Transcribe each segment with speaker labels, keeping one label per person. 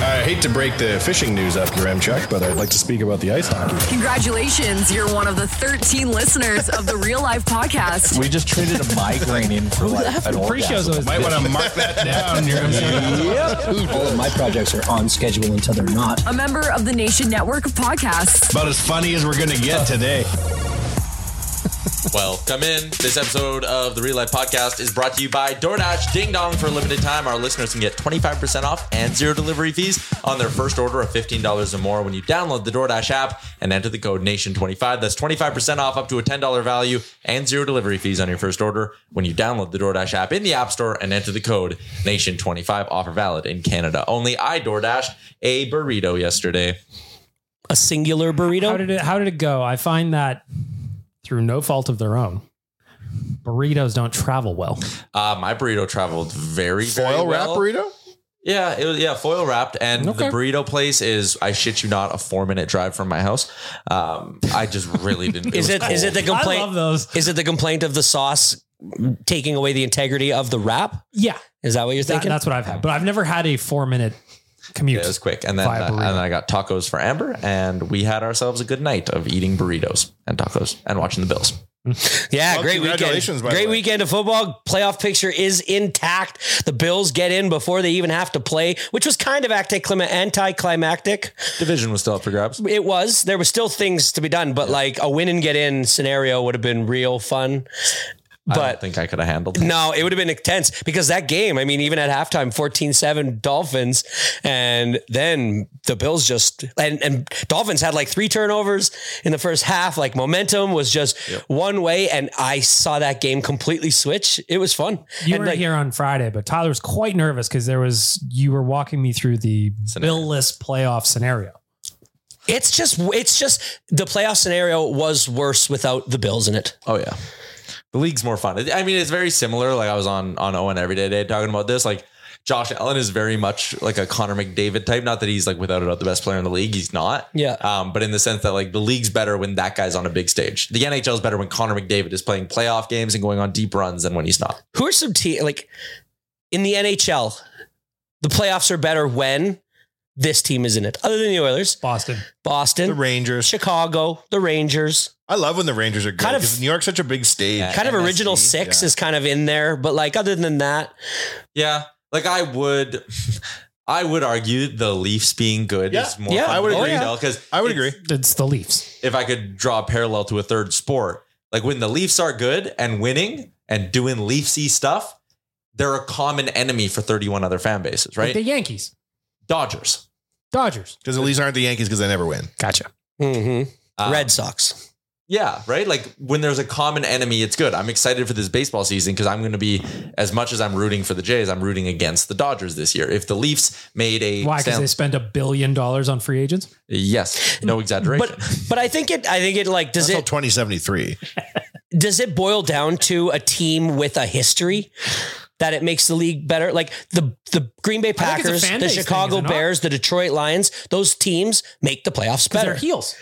Speaker 1: I hate to break the fishing news up your M Chuck, but I'd like to speak about the ice hockey.
Speaker 2: Congratulations, you're one of the 13 listeners of the Real Life Podcast.
Speaker 3: We just traded a migraine in for like an
Speaker 4: Pre-show's always
Speaker 3: Might want to mark that down. yep. All of my projects are on schedule until they're not.
Speaker 2: A member of the Nation Network of Podcasts.
Speaker 1: About as funny as we're going to get today.
Speaker 5: Well, come in. This episode of the Real Life Podcast is brought to you by DoorDash Ding Dong for a limited time. Our listeners can get 25% off and zero delivery fees on their first order of $15 or more when you download the DoorDash app and enter the code NATION25. That's 25% off up to a $10 value and zero delivery fees on your first order when you download the DoorDash app in the App Store and enter the code NATION25. Offer valid in Canada only. I DoorDashed a burrito yesterday.
Speaker 6: a singular burrito.
Speaker 4: How did it how did it go? I find that through no fault of their own, burritos don't travel well.
Speaker 5: Uh, my burrito traveled very, very
Speaker 1: Foil wrap
Speaker 5: well.
Speaker 1: burrito?
Speaker 5: Yeah, it was yeah foil wrapped, and
Speaker 4: Okay.
Speaker 5: the burrito place is I shit you not a four minute drive from my house. Um, I just really didn't.
Speaker 6: Is
Speaker 5: was
Speaker 6: it is it the
Speaker 5: cold.
Speaker 6: complaint?
Speaker 4: I love those.
Speaker 6: Is it the complaint of the sauce taking away the integrity of the wrap?
Speaker 4: Yeah,
Speaker 6: Is that what you're
Speaker 4: that-
Speaker 6: thinking?
Speaker 4: that's what I've had, but I've never had a four minute
Speaker 5: Yeah,
Speaker 4: commute.
Speaker 5: it was quick, and then
Speaker 4: Via
Speaker 5: and
Speaker 4: burrito.
Speaker 5: then I got tacos for Amber, and we had ourselves a good night of eating burritos and tacos and watching the Bills.
Speaker 6: yeah,
Speaker 1: Well,
Speaker 6: great
Speaker 1: congratulations,
Speaker 6: weekend.
Speaker 1: by the
Speaker 6: Great
Speaker 1: way.
Speaker 6: weekend of football. Playoff picture is intact. The Bills get in before they even have to play, which was kind of anticlima- anticlimactic.
Speaker 5: Division was still up for grabs.
Speaker 6: It was. There was still things to be done, but like a win and get in scenario would have been real fun.
Speaker 5: I don't
Speaker 6: But
Speaker 5: think I could have handled. it.
Speaker 6: No, it would have been intense because that game, I mean, even at halftime, 14 7 Dolphins. And then the Bills just, and, and Dolphins had like three turnovers in the first half. Like momentum was just one way. And I saw that game completely switch. It was fun.
Speaker 4: You
Speaker 6: and
Speaker 4: were
Speaker 6: like,
Speaker 4: here on Friday, but Tyler was quite nervous because there was you were walking me through the
Speaker 5: Scenario.
Speaker 4: billless playoff scenario.
Speaker 6: It's just, it's just the playoff scenario was worse without the Bills in it.
Speaker 5: Oh yeah, the league's more fun. I mean, it's very similar. Like I was on on Owen every day today talking about this. Like Josh Allen is very much like a Connor McDavid type. Not that he's like without a doubt the best player in the league. He's not.
Speaker 6: Yeah.
Speaker 5: Um, but in the sense that like the league's better when that guy's on a big stage. The NHL is better when Connor McDavid is playing playoff games and going on deep runs than when he's not.
Speaker 6: Who are some teams like in the NHL? The playoffs are better when this team is in it, other than the Oilers,
Speaker 4: Boston.
Speaker 6: Boston,
Speaker 1: The Rangers.
Speaker 6: Chicago, the Rangers.
Speaker 1: I love when the Rangers are good
Speaker 6: Kind of-
Speaker 1: because New York's such a big stage.
Speaker 5: Yeah.
Speaker 6: Kind of
Speaker 5: MSG,
Speaker 6: original six
Speaker 1: yeah.
Speaker 6: is kind of in there, but like other than that,
Speaker 5: Yeah. Like I would. I would argue the Leafs being good
Speaker 1: Yeah.
Speaker 5: is more
Speaker 6: Yeah, I would agree.
Speaker 5: because
Speaker 1: I would agree.
Speaker 4: It's the Leafs.
Speaker 5: if I could draw a parallel to a third sport, like when the Leafs are good and winning and doing Leafsy stuff, they're a common enemy for 31 other fan bases,
Speaker 4: Like
Speaker 5: right?
Speaker 4: the Yankees,
Speaker 5: Dodgers,
Speaker 4: Dodgers.
Speaker 1: Because the Leafs aren't the Yankees because they never win.
Speaker 4: Gotcha.
Speaker 6: mhm.
Speaker 1: Mm-hmm.
Speaker 5: Um,
Speaker 6: Red Sox.
Speaker 5: Yeah, right. Like when there's a common enemy, it's good. I'm excited for this baseball season because I'm going to be as much as I'm rooting for the Jays, I'm rooting against the Dodgers this year. If the Leafs made a
Speaker 4: Why? Because
Speaker 5: Stan-
Speaker 4: they spend a billion dollars on free agents. Mm,
Speaker 5: yes, no exaggeration.
Speaker 6: But but I think it I think it like does
Speaker 1: That's all
Speaker 6: it
Speaker 1: 2073.
Speaker 6: does it boil down to a team with a history that it makes the league better? Like the the Green Bay
Speaker 4: think it's a
Speaker 6: Packers,
Speaker 4: fan
Speaker 6: the
Speaker 4: base thing,
Speaker 6: Chicago
Speaker 4: is it not?
Speaker 6: Bears, the Detroit Lions, those teams make the playoffs
Speaker 4: Because
Speaker 6: better.
Speaker 4: they're heels.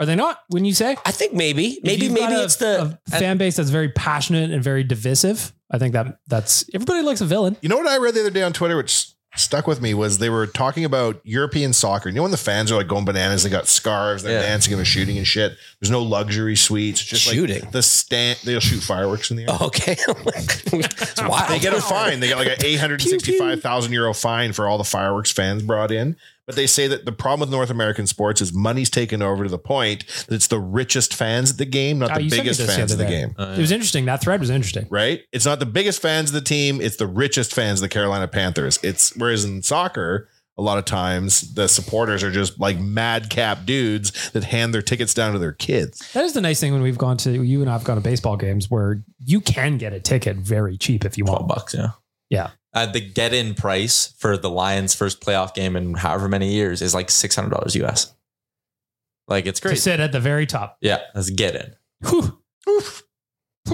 Speaker 4: Are they not? Wouldn't you say?
Speaker 6: I think maybe, maybe,
Speaker 4: If you've
Speaker 6: maybe
Speaker 4: got a-
Speaker 6: it's the
Speaker 4: a fan base that's very passionate and very divisive. I think that that's everybody likes a villain.
Speaker 1: You know what I read the other day on Twitter, which s- stuck with me, was they were talking about European soccer. You know when the fans are like going bananas, they got scarves, they're
Speaker 5: Yeah.
Speaker 1: dancing and they're shooting and shit. There's no luxury suites, just
Speaker 6: Shooting.
Speaker 1: like the stand. They'll shoot fireworks in the air.
Speaker 6: okay. It's wild.
Speaker 1: They get a fine. They got like an 865,000 euro fine for all the fireworks fans brought in. But they say that the problem with North American sports is money's taken over to the point that it's the richest fans of the game, not
Speaker 4: Oh,
Speaker 1: the
Speaker 4: you sent me
Speaker 1: biggest
Speaker 4: this
Speaker 1: fans of
Speaker 4: other
Speaker 1: the
Speaker 4: day.
Speaker 1: game.
Speaker 4: It was interesting. That thread was interesting.
Speaker 1: right? It's not the biggest fans of the team, it's the richest fans of the Carolina Panthers. It's whereas in soccer, a lot of times the supporters are just like madcap dudes that hand their tickets down to their kids.
Speaker 4: That is the nice thing when we've gone to you and I've gone to baseball games where you can get a ticket very cheap if you want.
Speaker 5: Twelve bucks, yeah.
Speaker 4: Yeah.
Speaker 5: Uh, the get in price for the Lions' first playoff game in however many years is like six hundred dollars US. Like it's
Speaker 4: To
Speaker 5: crazy.
Speaker 4: sit at the very top.
Speaker 5: Yeah, that's get in.
Speaker 4: Whew.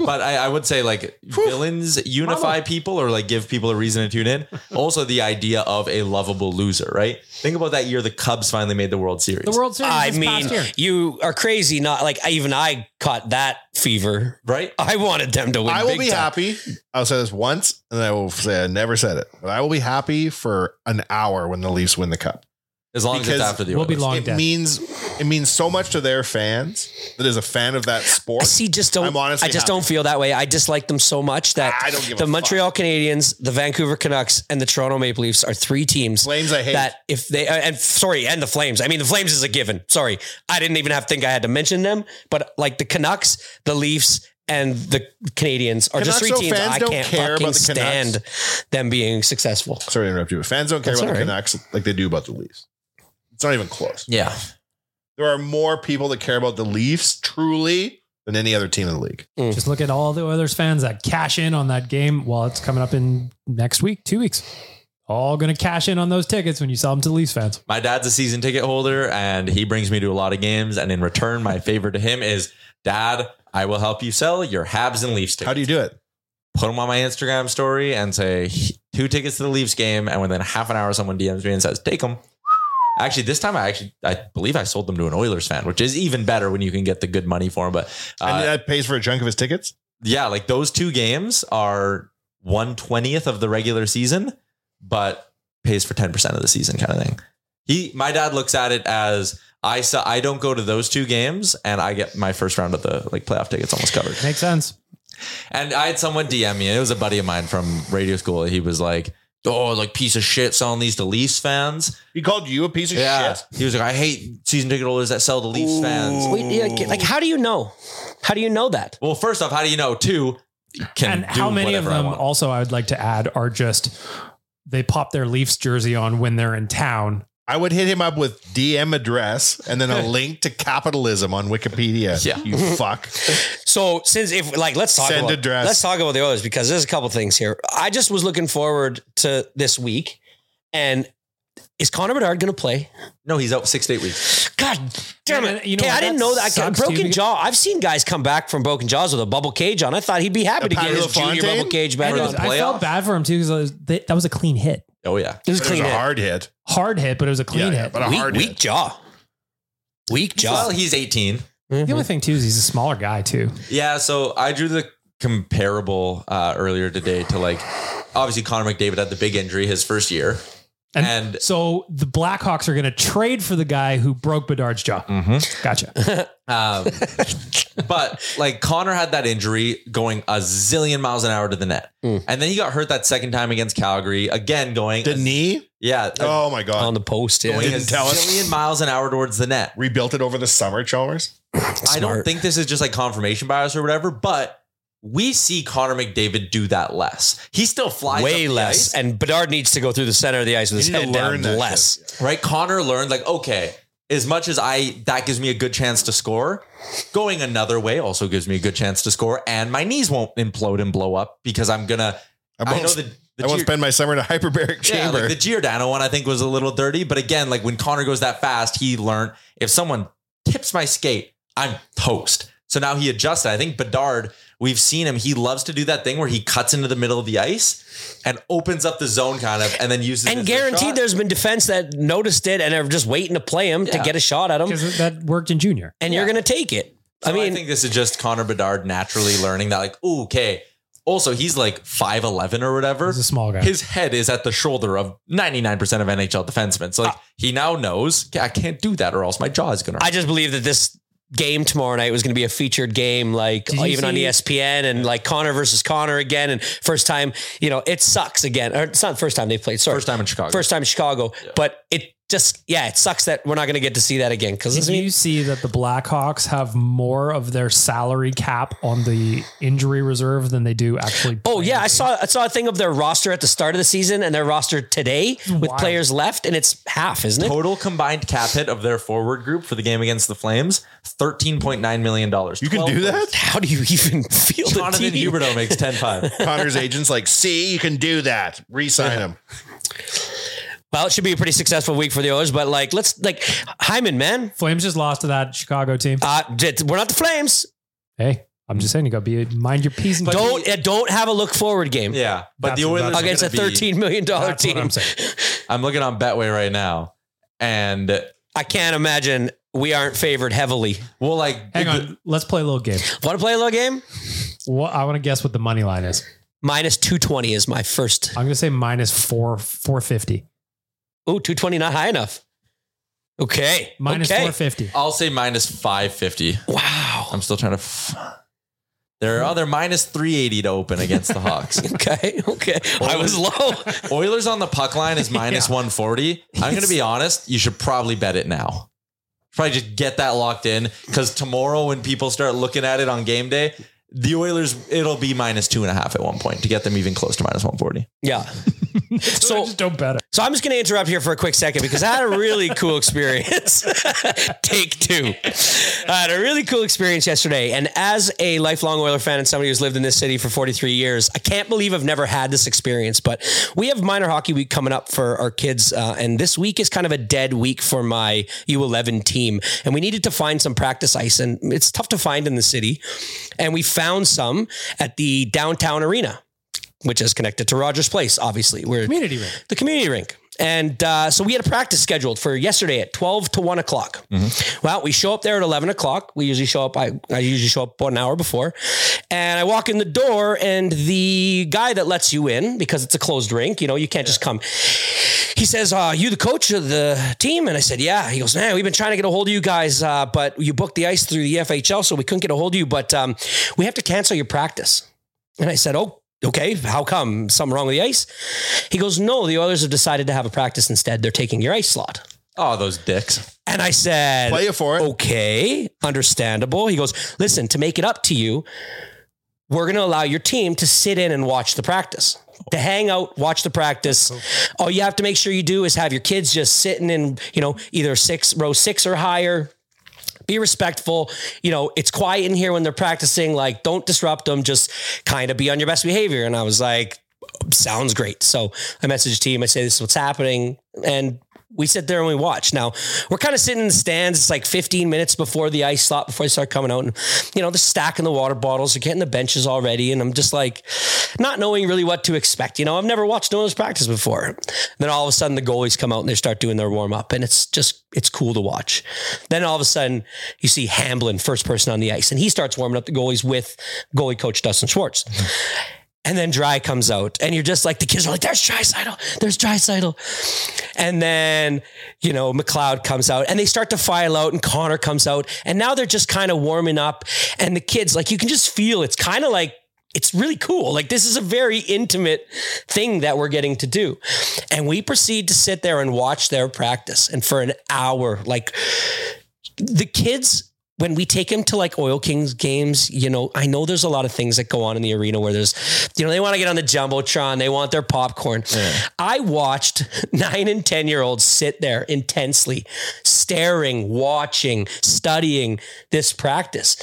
Speaker 5: But I, I would say like villains unify people or like give people a reason to tune in. Also, the idea of a lovable loser, right? Think about that year the Cubs finally made the World Series.
Speaker 4: The World Series.
Speaker 6: I
Speaker 4: this
Speaker 6: mean,
Speaker 4: past year.
Speaker 6: you are crazy. Not like even I caught that fever.
Speaker 5: right?
Speaker 6: I wanted them to win.
Speaker 1: I will
Speaker 6: big
Speaker 1: be
Speaker 6: time.
Speaker 1: happy. I'll say this once and I will say I never said it, but I will be happy for an hour when the Leafs win the cup.
Speaker 5: As long as
Speaker 1: Because
Speaker 5: it's after the
Speaker 4: we'll be
Speaker 5: Oilers.
Speaker 4: long
Speaker 1: It
Speaker 4: dead.
Speaker 1: means it means so much to their fans that is a fan of that sport.
Speaker 6: I see. Just don't.
Speaker 1: I'm honestly
Speaker 6: I
Speaker 1: happy.
Speaker 6: just don't feel that way. I dislike them so much that
Speaker 1: I don't give a
Speaker 6: the
Speaker 1: fuck.
Speaker 6: Montreal Canadiens, the Vancouver Canucks, and the Toronto Maple Leafs are three teams.
Speaker 1: Flames I hate.
Speaker 6: That if they uh, and sorry, and the Flames. I mean, the Flames is a given. Sorry, I didn't even have to think I had to mention them. But like the Canucks, the Leafs. And the Canadians are just
Speaker 1: Canucks,
Speaker 6: three
Speaker 1: so
Speaker 6: teams
Speaker 1: fans
Speaker 6: I
Speaker 1: don't
Speaker 6: can't
Speaker 1: care
Speaker 6: fucking
Speaker 1: about the
Speaker 6: stand them being successful.
Speaker 1: Sorry to interrupt you, but fans don't care
Speaker 6: That's
Speaker 1: about the
Speaker 6: all
Speaker 1: Canucks like they do about the Leafs. It's not even close.
Speaker 5: Yeah.
Speaker 1: There are more people that care about the Leafs truly than any other team in the league.
Speaker 4: Just look at all the Oilers fans that cash in on that game while it's coming up in next week, two weeks. All going to cash in on those tickets when you sell them to the Leafs fans.
Speaker 5: My dad's a season ticket holder and he brings me to a lot of games. And in return, my favor to him is Dad, I will help you sell your Habs and Leafs tickets.
Speaker 1: How do you do it?
Speaker 5: put them on my Instagram story and say two tickets to the Leafs game, and within half an hour, someone DMs me and says, "Take them." Actually, this time I actually I believe I sold them to an Oilers fan, which is even better when you can get the good money for them. But
Speaker 1: and
Speaker 5: uh,
Speaker 1: that pays for a chunk of his tickets.
Speaker 5: yeah, like those two games are one twentieth of the regular season, but pays for ten percent of the season, kind of thing. He, my dad looks at it as I saw. I don't go to those two games, and I get my first round of the like playoff tickets almost covered.
Speaker 4: Makes sense.
Speaker 5: And I had someone DM me, and it was a buddy of mine from radio school. He was like, Oh, like piece of shit selling these to Leafs fans.
Speaker 1: He called you a piece of shit.
Speaker 5: He was like, I hate season ticket holders that sell to Leafs fans.
Speaker 6: Wait, yeah, like, how do you know? How do you know that?
Speaker 5: Well, first off, how do you know? Two, you can
Speaker 4: And how many of them,
Speaker 5: all-
Speaker 4: also, I would like to add, are just they pop their Leafs jersey on when they're in town
Speaker 1: I would hit him up with DM address and then a link to capitalism on Wikipedia.
Speaker 5: Yeah.
Speaker 1: You fuck.
Speaker 6: So since if like let's talk
Speaker 1: Send
Speaker 6: about
Speaker 1: address.
Speaker 6: let's talk about the others because there's a couple things here. I just was looking forward to this week, and is Connor Bedard going to play?
Speaker 5: No, he's out six to eight weeks.
Speaker 6: God damn
Speaker 4: Man,
Speaker 6: it!
Speaker 4: you know
Speaker 6: Okay,
Speaker 4: what,
Speaker 6: I didn't
Speaker 4: that
Speaker 6: know that. I,
Speaker 4: sucks,
Speaker 6: broken
Speaker 4: dude.
Speaker 6: jaw. I've seen guys come back from broken jaws with a bubble cage on. I thought he'd be happy
Speaker 1: A
Speaker 6: to get
Speaker 1: Patty
Speaker 6: his junior
Speaker 1: LaFontaine?
Speaker 6: bubble cage back
Speaker 4: And it
Speaker 6: on.
Speaker 4: was-
Speaker 5: the
Speaker 4: I
Speaker 5: playoffs?
Speaker 4: felt bad for him too because that was a clean hit,
Speaker 5: Oh, yeah.
Speaker 6: It was a
Speaker 1: But it was
Speaker 6: clean
Speaker 1: a
Speaker 6: hit.
Speaker 1: hard hit.
Speaker 4: hard hit, but it was a clean
Speaker 1: Yeah, yeah,
Speaker 4: hit.
Speaker 1: but a
Speaker 6: weak,
Speaker 1: hard
Speaker 6: weak
Speaker 1: hit.
Speaker 6: jaw. Weak jaw.
Speaker 5: Well, he's 18.
Speaker 4: the
Speaker 1: Mhm.
Speaker 4: only thing too is he's a smaller guy too.
Speaker 5: Yeah, so I drew the comparable uh, earlier today to like obviously Connor McDavid had the big injury his first year.
Speaker 4: And,
Speaker 5: And-
Speaker 4: so the Blackhawks are going to trade for the guy who broke Bedard's jaw. Gotcha.
Speaker 5: Um, but like Connor had that injury going a zillion miles an hour to the net. And then he got hurt that second time against Calgary, again going.
Speaker 1: Mm. The knee?
Speaker 5: Yeah.
Speaker 1: Oh my God.
Speaker 6: on the post. Yeah.
Speaker 5: going a
Speaker 1: didn't tell us.
Speaker 5: zillion miles an hour towards the net.
Speaker 1: Rebuilt it over the summer, Chalmers.
Speaker 5: I don't
Speaker 6: Smart.
Speaker 5: think this is just like confirmation bias or whatever, but we see Connor McDavid do that less. He still flies up
Speaker 6: Way
Speaker 5: the
Speaker 6: less,
Speaker 5: ice,
Speaker 6: and Bedard needs to go through the center of the ice with his
Speaker 1: You need to
Speaker 6: head
Speaker 1: learn
Speaker 6: down
Speaker 1: that
Speaker 6: less.
Speaker 5: right? Connor learned like, okay, as much as I that gives me a good chance to score, going another way also gives me a good chance to score, and my knees won't implode and blow up because I'm gonna.
Speaker 1: I
Speaker 5: I
Speaker 1: won't-
Speaker 5: know the, the
Speaker 1: I won't
Speaker 5: Gir-
Speaker 1: spend my summer in a hyperbaric
Speaker 5: Yeah,
Speaker 1: chamber.
Speaker 5: like the Giordano one I think was a little dirty, but again, like when Connor goes that fast, he learned if someone tips my skate, I'm toast. So now he adjusted. I think Bedard, we've seen him. He loves to do that thing where he cuts into the middle of the ice and opens up the zone kind of, and then uses it
Speaker 6: And
Speaker 5: as their
Speaker 6: guaranteed,
Speaker 5: shot.
Speaker 6: there's been defense that noticed it and are just waiting to play him to
Speaker 5: Yeah.
Speaker 6: get a shot at him,
Speaker 4: Because that worked in junior.
Speaker 6: and you're going to take it.
Speaker 5: So
Speaker 6: I mean,
Speaker 5: I think this is just Connor Bedard naturally learning that, like, ooh, okay. Also, he's like 5'11 or whatever.
Speaker 4: He's a small guy.
Speaker 5: His head is at the shoulder of 99% of NHL defensemen. So, like,
Speaker 6: Ah.
Speaker 5: he now knows "Okay, I can't do that or else my jaw is going to
Speaker 6: I just believe that this game tomorrow night was going to be a featured game, like
Speaker 4: Did you
Speaker 6: even on E
Speaker 4: see-
Speaker 6: ESPN and like Connor versus Connor again. And first time, you know, it sucks again. Or it's not the first time they played. Sorry.
Speaker 5: First time in Chicago.
Speaker 6: First time in Chicago. But it just yeah, it sucks that we're not going to get to see that again because
Speaker 4: Did you see that the Blackhawks have more of their salary cap on the injury reserve than they do actually?
Speaker 6: Oh yeah, I saw I saw a thing of their roster at the start of the season and their roster today with
Speaker 5: Wild.
Speaker 6: players left, and it's half, isn't it?
Speaker 5: Total combined cap hit of their forward group for the game against the Flames, thirteen point nine million dollars. You
Speaker 1: can do that?
Speaker 6: How do you even feel
Speaker 1: the
Speaker 5: Jonathan
Speaker 1: team?
Speaker 5: Huberto makes 10-5.
Speaker 1: Connor's agent's like, see, you can do that. Resign him.
Speaker 6: Well, it should be a pretty successful week for the Oilers, but like, let's like Hyman, man.
Speaker 4: Flames just lost to that Chicago team.
Speaker 6: Uh, j- we're not the Flames.
Speaker 4: Hey, I'm just saying you got to be mind your p's and
Speaker 6: don't uh, don't have a look forward game.
Speaker 5: Yeah, but the Oilers are
Speaker 6: against a
Speaker 5: gonna be-
Speaker 6: thirteen million dollar
Speaker 5: That's what
Speaker 6: team.
Speaker 5: I'm I'm looking on Betway right now, and
Speaker 6: I can't imagine we aren't favored heavily.
Speaker 5: Well, like
Speaker 4: Hang on, let's play a little game.
Speaker 6: Want to play a little game?
Speaker 4: What I want to guess what the money line is.
Speaker 6: Minus two twenty is my first.
Speaker 4: I'm gonna say minus four four fifty.
Speaker 6: Ooh, two twenty not high enough. Okay,
Speaker 4: Minus
Speaker 6: okay.
Speaker 4: 450.
Speaker 5: I'll say minus five fifty.
Speaker 6: Wow,
Speaker 5: I'm still trying to. F- there are other minus three eighty to open against the Hawks.
Speaker 6: okay, okay, I was low.
Speaker 5: Oilers on the puck line is minus one forty. I'm going to be honest. You should probably bet it now. Probably just get that locked in because tomorrow when people start looking at it on game day. The Oilers, it'll be minus two and a half at one point to get them even close to minus 140.
Speaker 6: Yeah.
Speaker 4: So, just don't bet it.
Speaker 6: So I'm just going to interrupt here for a quick second because I had a really cool experience. Take two. I had a really cool experience yesterday. And as a lifelong Oiler fan and somebody who's lived in this city for 43 years, I can't believe I've never had this experience. But we have minor hockey week coming up for our kids. Uh, and this week is kind of a dead week for my U11 team. And we needed to find some practice ice. And it's tough to find in the city. And we found some at the downtown arena which is connected to Rogers Place, obviously. We're
Speaker 4: community rink.
Speaker 6: The community rink. And uh, so we had a practice scheduled for yesterday at 12 to 1 o'clock. Well, we show up there at 11 o'clock. We usually show up, I, I usually show up about an hour before. And I walk in the door, and the guy that lets you in, because it's a closed rink, you know, you can't just come. He says, uh, you the coach of the team? And I said, yeah. He goes, man, we've been trying to get a hold of you guys, uh, but you booked the ice through the FHL, so we couldn't get a hold of you, but um, we have to cancel your practice. And I said, oh, okay, how come? Something wrong with the ice? He goes, no, the Oilers have decided to have a practice instead. They're taking your ice slot.
Speaker 5: Oh, those dicks.
Speaker 6: And I said, Play it for it. Okay, understandable. He goes, Listen, to make it up to you, we're going to allow your team to sit in and watch the practice, to hang out, watch the practice. All you have to make sure you do is have your kids just sitting in, you know, either six, row six or higher. Be respectful. You know, it's quiet in here when they're practicing. Like, don't disrupt them. Just kind of be on your best behavior. And I was like, sounds great. So I messaged team. I say, this is what's happening. And we sit there and we watch. Now we're kind of sitting in the stands. It's like 15 minutes before the ice slot, before they start coming out. And, you know, they're stacking the water bottles, they're getting the benches already. And I'm just like, not knowing really what to expect. You know, I've never watched no one's practice before. And then all of a sudden the goalies come out and they start doing their warm up. And it's just, it's cool to watch. Then all of a sudden you see Hamblin, first person on the ice, and he starts warming up the goalies with goalie coach Dustin Schwartz. And then Dry comes out, and you're just like the kids are like, "There's Drysidle, there's Drysidle," and then you know McLeod comes out, and they start to file out, and Connor comes out, and now they're just kind of warming up, and the kids like you can just feel it's kind of like it's really cool. Like this is a very intimate thing that we're getting to do, and we proceed to sit there and watch their practice, and for an hour, like the kids when we take them to like Oil Kings games, you know, I know there's a lot of things that go on in the arena where there's, you know, they want to get on the jumbotron, they want their popcorn. I watched nine and ten year olds sit there intensely, staring, watching, studying this practice,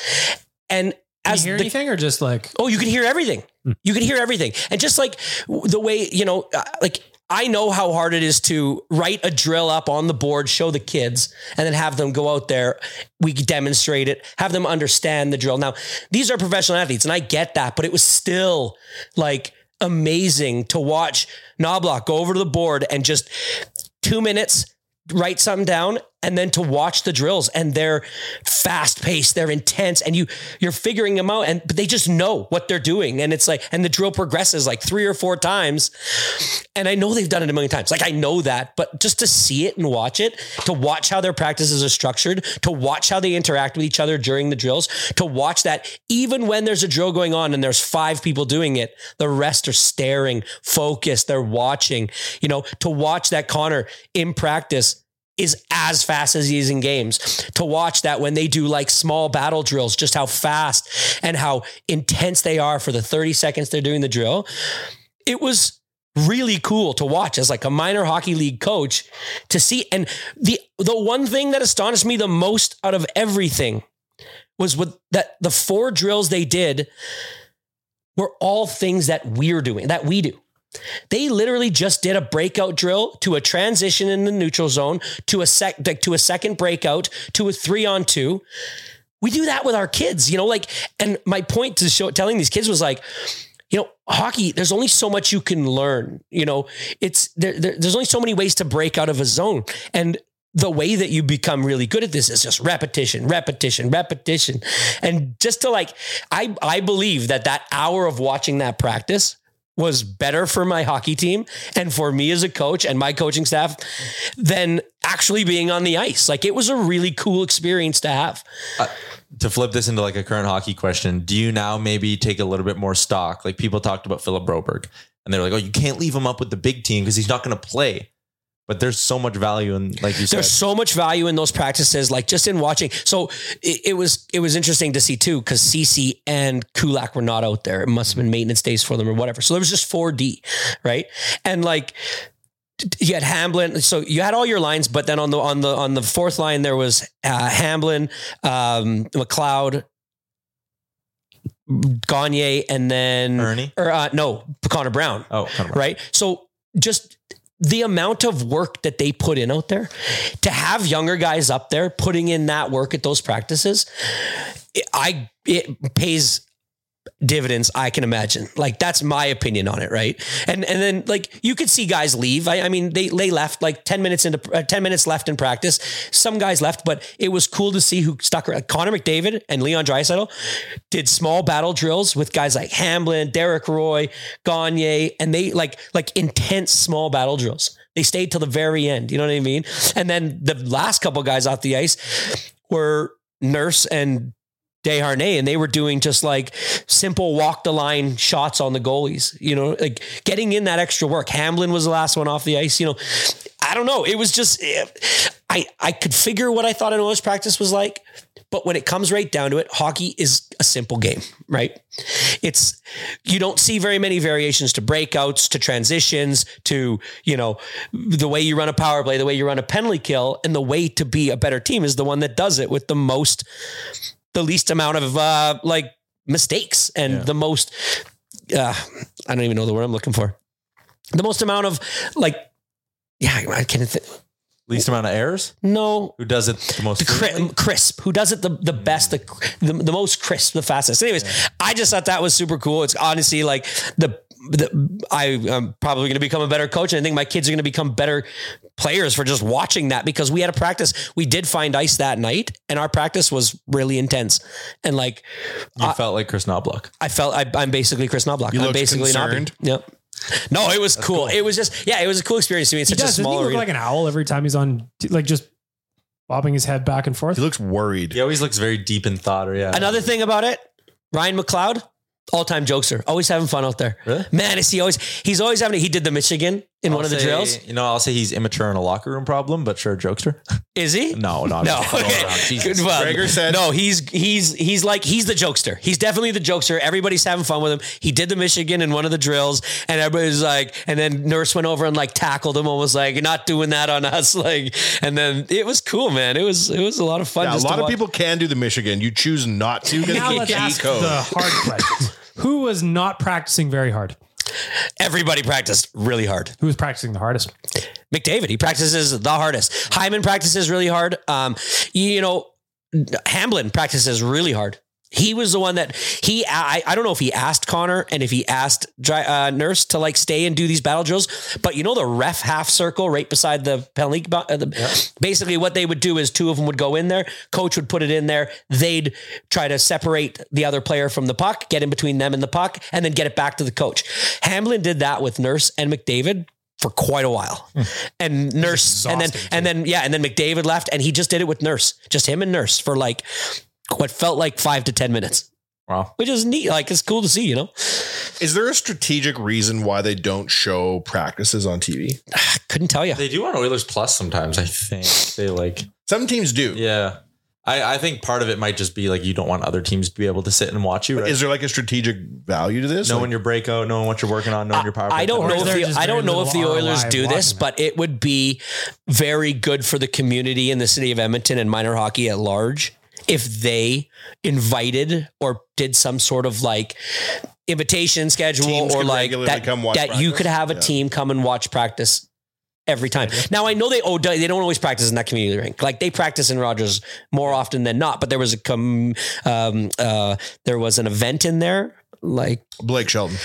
Speaker 6: and
Speaker 4: Can
Speaker 6: as
Speaker 4: you hear
Speaker 6: the-
Speaker 4: anything or just like
Speaker 6: Oh, you can hear everything. You can hear everything. And just like w- the way, you know, uh, like I know how hard it is to write a drill up on the board, show the kids, and then have them go out there. We demonstrate it, have them understand the drill. Now, these are professional athletes, and I get that, but it was still like amazing to watch Knobloch go over to the board and just two minutes, write something down and then to watch the drills and they're fast paced they're intense and you you're figuring them out and but they just know what they're doing and it's like and the drill progresses like three or four times and i know they've done it a million times like i know that but just to see it and watch it to watch how their practices are structured to watch how they interact with each other during the drills to watch that even when there's a drill going on and there's five people doing it the rest are staring focused they're watching you know to watch that connor in practice is as fast as he is in games. To watch that when they do like small battle drills, just how fast and how intense they are for the 30 seconds they're doing the drill, it was really cool to watch as like a minor hockey league coach to see. And the the one thing that astonished me the most out of everything was with that the four drills they did were all things that we're doing, that we do. They literally just did a breakout drill to a transition in the neutral zone to a sec to a second breakout to a three on two. We do that with our kids, you know. Like, and my point to show telling these kids was like, you know, hockey. There's only so much you can learn. You know, it's there, there, there's only so many ways to break out of a zone, and the way that you become really good at this is just repetition, repetition, repetition, and just to like, I I believe that that hour of watching that practice was better for my hockey team and for me as a coach and my coaching staff than actually being on the ice. Like it was a really cool experience to have.
Speaker 5: Uh, to flip this into like a current hockey question, do you now maybe take a little bit more stock? Like people talked about Philip Broberg and they're like, oh, you can't leave him up with the big team because he's not going to play. But there's so much value in, like you said,
Speaker 6: There's so much value in those practices, like just in watching. So it, it was it was interesting to see too, because CC and Kulak were not out there. It must have been maintenance days for them or whatever. So there was just 4D, right? And like you had Hamblin, so you had all your lines, but then on the on the on the fourth line there was uh, Hamblin, um, McLeod, Gagne, and then
Speaker 5: Ernie?
Speaker 6: or uh, no Connor Brown.
Speaker 5: Oh, Connor Brown.
Speaker 6: right. So just the amount of work that they put in out there to have younger guys up there putting in that work at those practices, it, I it pays dividends I can imagine. Like that's my opinion on it, right? And and then like you could see guys leave. I, I mean they they left like 10 minutes into uh, 10 minutes left in practice. Some guys left, but it was cool to see who stuck around. Connor McDavid and Leon Draisaitl did small battle drills with guys like Hamlin, Derek Roy, Gagne, and they like like intense small battle drills. They stayed till the very end, you know what I mean? And then the last couple guys off the ice were Nurse and Deharnay, and they were doing just like simple walk the line shots on the goalies, you know, like getting in that extra work. Hamlin was the last one off the ice, you know. I don't know. It was just I I could figure what I thought an Oilers practice was like, but when it comes right down to it, hockey is a simple game, right? It's you don't see very many variations to breakouts, to transitions, to you know the way you run a power play, the way you run a penalty kill, and the way to be a better team is the one that does it with the most the least amount of uh, like mistakes and the most uh, I don't even know the word I'm looking for. The most amount of like yeah, I can't think.
Speaker 5: least amount of errors.
Speaker 6: No,
Speaker 5: Who does it the most?
Speaker 6: the
Speaker 5: frequently?
Speaker 6: crisp, crisp who does it the, the best the, the the most crisp the fastest anyways i just thought that was super cool it's honestly like the the, I am probably going to become a better coach, and I think my kids are going to become better players for just watching that because we had a practice. We did find ice that night, and our practice was really intense. And like,
Speaker 5: You felt like Chris Knobloch.
Speaker 6: I felt I, I'm basically Chris Knobloch.
Speaker 1: You
Speaker 6: I'm
Speaker 1: looked
Speaker 6: basically
Speaker 1: concerned.
Speaker 6: Knobby. Yep. No, it was cool. It was just yeah, it was a cool experience to me. It's
Speaker 4: He
Speaker 6: such a
Speaker 4: does. Doesn't he
Speaker 6: small
Speaker 4: look
Speaker 6: arena.
Speaker 4: like an owl every time he's on, t- like just bobbing his head back and forth?
Speaker 1: He looks worried.
Speaker 5: He always looks very deep in thought. Or yeah,
Speaker 6: Another thing about it, Ryan McLeod, all time jokester, always having fun out there.
Speaker 5: Really?
Speaker 6: Man, is he always? He's always having. He did the Michigan in one
Speaker 5: I'll
Speaker 6: of the
Speaker 5: say-
Speaker 6: drills.
Speaker 5: You know, I'll say he's immature in a locker room problem, but sure, jokester.
Speaker 6: Is he?
Speaker 5: No, no, I'm
Speaker 6: no.
Speaker 5: just
Speaker 6: Okay.
Speaker 5: kidding around. Jesus.
Speaker 6: Good. Well,
Speaker 1: Gregor said-
Speaker 6: no. He's he's he's like he's the jokester. He's definitely the jokester. Everybody's having fun with him. He did the Michigan in one of the drills, and everybody's like, and then Nurse went over and like tackled him and was like, "You're not doing that on us." Like, and then it was cool, man. It was it was a lot of fun.
Speaker 1: Yeah, a
Speaker 6: just to
Speaker 1: lot of
Speaker 6: watch.
Speaker 1: people can do the Michigan. You choose not to because
Speaker 4: Now
Speaker 1: it's
Speaker 4: let's
Speaker 1: a cheat
Speaker 4: ask
Speaker 1: code.
Speaker 4: the hard questions. Who was not practicing very hard?
Speaker 6: Everybody practiced really hard.
Speaker 4: Who was practicing the hardest?
Speaker 6: McDavid, he practices the hardest. Hyman practices really hard. Um, you know, Hamblin practices really hard. He was the one that he, I, I don't know if he asked Connor and if he asked Dri- uh, Nurse to like stay and do these battle drills, but you know, the ref half circle right beside the penalty, bo- uh, the, basically what they would do is two of them would go in there. Coach would put it in there. They'd try to separate the other player from the puck, get in between them and the puck, and then get it back to the coach. Hamlin did that with Nurse and McDavid for quite a while. And Nurse and then and then yeah, and then McDavid left and he just did it with Nurse. Just him and Nurse for like what felt like 5 to 10 minutes.
Speaker 5: Wow.
Speaker 6: Which is neat. Like it's cool to see, you know.
Speaker 1: Is there a strategic reason why they don't show practices on TV?
Speaker 6: Couldn't tell you.
Speaker 5: They do on Oilers Plus sometimes. I think they like
Speaker 1: some teams do.
Speaker 5: Yeah, I, I think part of it might just be like you don't want other teams to be able to sit and watch you. Right?
Speaker 1: Is there like a strategic value to this?
Speaker 5: knowing
Speaker 1: Like-
Speaker 5: your breakout, knowing what you're working on, knowing your power?
Speaker 6: I
Speaker 5: play
Speaker 6: don't
Speaker 5: plan.
Speaker 6: know
Speaker 5: Or
Speaker 6: if
Speaker 5: is there
Speaker 6: the,
Speaker 5: just
Speaker 6: I don't
Speaker 5: very
Speaker 6: know if
Speaker 5: little
Speaker 6: the Oilers
Speaker 5: ROI
Speaker 6: do this,
Speaker 5: watching
Speaker 6: but it would be very good for the community in the city of Edmonton and minor hockey at large if they invited or did some sort of like invitation schedule
Speaker 1: Teams
Speaker 6: or
Speaker 1: could
Speaker 6: like
Speaker 1: regularly
Speaker 6: that,
Speaker 1: come watch
Speaker 6: that you
Speaker 1: practice?
Speaker 6: could have a
Speaker 1: Yeah.
Speaker 6: team come and watch practice every time. Now I know they oh they don't always practice in that community rink. Like they practice in Rogers more often than not, but there was a com, um uh there was an event in there like
Speaker 1: Blake Shelton.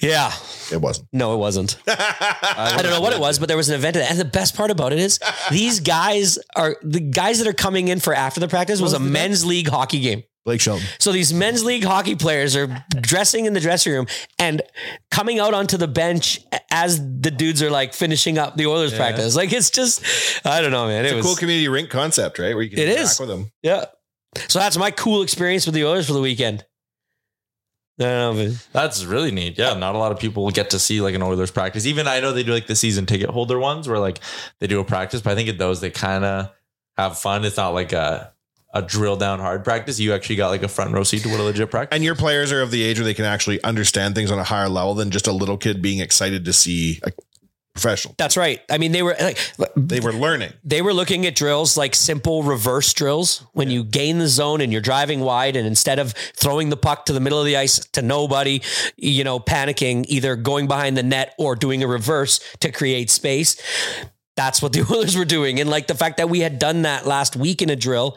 Speaker 6: yeah.
Speaker 1: It wasn't.
Speaker 6: No, it wasn't. I don't know what it was, but there was an event, and the best part about it is these guys are the guys that are coming in for after the practice was a men's league hockey game.
Speaker 1: Blake Shelton.
Speaker 6: So these men's league hockey players are dressing in the dressing room and coming out onto the bench as the dudes are like finishing up the Oilers practice. Like it's just, I don't know, man.
Speaker 1: It's
Speaker 6: it
Speaker 1: a
Speaker 6: was
Speaker 1: cool community rink concept, right? Where you can
Speaker 6: It
Speaker 1: interact
Speaker 6: is.
Speaker 1: with them.
Speaker 6: yeah. So that's my cool experience with the Oilers for the weekend. I don't know, but
Speaker 5: That's really neat. Yeah, not a lot of people get to see like an Oilers practice. Even I know they do like the season ticket holder ones where like they do a practice, but I think at those they kind of have fun. It's not like a a drill down hard practice. You actually got like a front row seat to what a legit practice.
Speaker 1: And your players are of the age where they can actually understand things on a higher level than just a little kid being excited to see a professional.
Speaker 6: that's right. I mean, they were like
Speaker 1: They were learning.
Speaker 6: they were looking at drills like simple reverse drills when you gain the zone and you're driving wide and instead of throwing the puck to the middle of the ice to nobody you know panicking either going behind the net or doing a reverse to create space that's what the Oilers were doing and like the fact that we had done that last week in a drill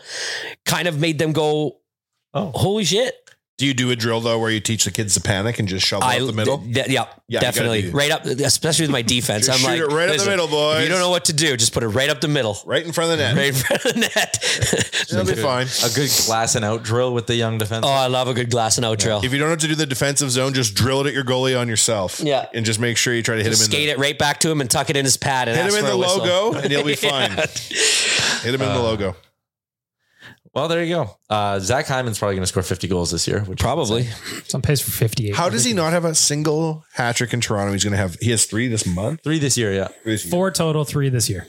Speaker 6: kind of made them go
Speaker 5: Oh.
Speaker 6: holy shit
Speaker 1: Do you do a drill though where you teach the kids to panic and just shove it
Speaker 6: I
Speaker 1: out the middle?
Speaker 6: th- yeah,
Speaker 1: you gotta
Speaker 6: definitely
Speaker 1: do that.
Speaker 6: right up especially with my defense
Speaker 1: Just
Speaker 6: I'm
Speaker 1: shoot
Speaker 6: like
Speaker 1: it right up the
Speaker 6: "Listen,
Speaker 1: middle, boys."
Speaker 6: if you don't know what to do just put it right up the middle
Speaker 1: right in front of the net.
Speaker 6: right in front of the net
Speaker 1: It'll be fine.
Speaker 5: a good glass and out drill with the young defense.
Speaker 6: Oh, I love a good glass and out drill.
Speaker 1: If you don't know what to do the defensive zone, just drill it at your goalie on yourself.
Speaker 6: Yeah.
Speaker 1: And just make sure you try to hit him in
Speaker 6: Skate
Speaker 1: the
Speaker 6: it right back to him and tuck it in his pad and
Speaker 1: hit
Speaker 6: ask
Speaker 1: him in
Speaker 6: for
Speaker 1: the
Speaker 6: a whistle.
Speaker 1: logo and he'll be fine.
Speaker 6: Yeah.
Speaker 1: Hit him in the logo.
Speaker 5: Well, there you go. Uh, Zach Hyman's probably going to score 50 goals this year. Which
Speaker 6: Probably.
Speaker 4: Some pays for 58.
Speaker 1: How does he not have a single hat trick in Toronto? He's going to have, he has three this month.
Speaker 5: three this year. Yeah.
Speaker 4: Four total, three this year.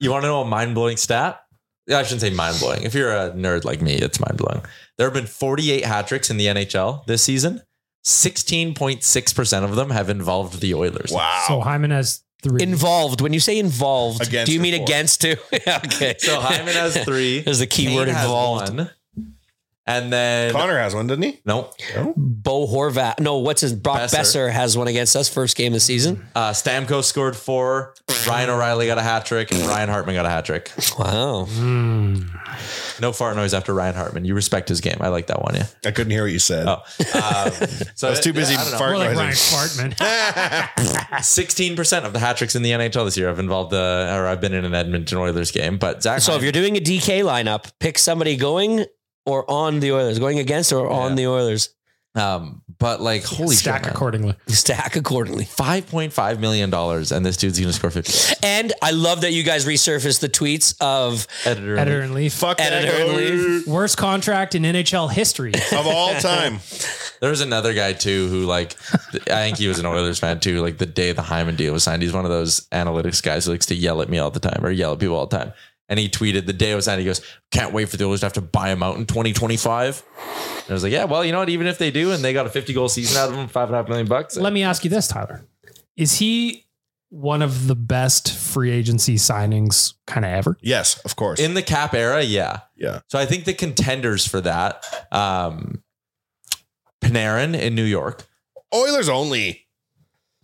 Speaker 5: You want to know a mind blowing stat? Yeah, I shouldn't say mind blowing. If you're a nerd like me, it's mind blowing. There have been 48 hat tricks in the NHL this season. 16.6% of them have involved the Oilers.
Speaker 1: Wow.
Speaker 4: So Hyman has three.
Speaker 6: Involved. When you say involved,
Speaker 1: Against
Speaker 6: do you
Speaker 1: or
Speaker 6: mean
Speaker 1: for?
Speaker 6: against too? Yeah, okay.
Speaker 5: So Hyman has three.
Speaker 6: There's the key
Speaker 5: Kane
Speaker 6: word
Speaker 5: has
Speaker 6: involved.
Speaker 5: one. And then
Speaker 1: Connor has one, doesn't he?
Speaker 5: nope.
Speaker 6: Bo Horvat. No, what's his Brock
Speaker 5: Besser.
Speaker 6: Besser. has one against us first game of the season.
Speaker 5: Uh, Stamkos scored four. Ryan O'Reilly got a hat trick, and Ryan Hartman got a hat trick.
Speaker 6: Wow.
Speaker 1: Mm-hmm.
Speaker 5: No fart noise after Ryan Hartman. You respect his game. I like that one. Yeah.
Speaker 1: I couldn't hear what you said.
Speaker 5: Oh, um, so
Speaker 1: I was too busy
Speaker 5: yeah, I don't know.
Speaker 4: More
Speaker 1: farting.
Speaker 4: like Ryan Fartman.
Speaker 5: Sixteen percent of the hat tricks in the NHL this year have involved the, or I've been in an Edmonton Oilers game. But Zach,
Speaker 6: So if you're doing a DK lineup, pick somebody going or on the Oilers, going against or on the Oilers.
Speaker 5: um, but like holy
Speaker 4: Stack
Speaker 5: shit,
Speaker 4: accordingly.
Speaker 6: Stack accordingly.
Speaker 5: five point five million dollars, and this dude's gonna score fifty.
Speaker 6: And I love that you guys resurfaced the tweets of
Speaker 5: Editor, in
Speaker 4: Editor
Speaker 5: lead.
Speaker 4: and Leaf.
Speaker 1: Fuck
Speaker 6: Editor
Speaker 1: that
Speaker 6: in
Speaker 1: goalie
Speaker 4: Worst contract in NHL history.
Speaker 1: of all time.
Speaker 5: There's another guy too who like I think he was an Oilers fan too. Like the day the Hyman deal was signed, he's one of those analytics guys who likes to yell at me all the time or yell at people all the time. And he tweeted the day it was signed. He goes, "Can't wait for the Oilers to have to buy him out in 2025." And I was like, "Yeah, well, you know what? Even if they do, and they got a 50 goal season out of him, five and a half million bucks."
Speaker 4: Let me ask you this, Tyler. Is he one of the best free agency signings kind of ever?
Speaker 1: Yes, of course.
Speaker 5: in the cap era, yeah.
Speaker 1: yeah.
Speaker 5: So I think the contenders for that, um, Panarin in New York.
Speaker 1: Oilers only.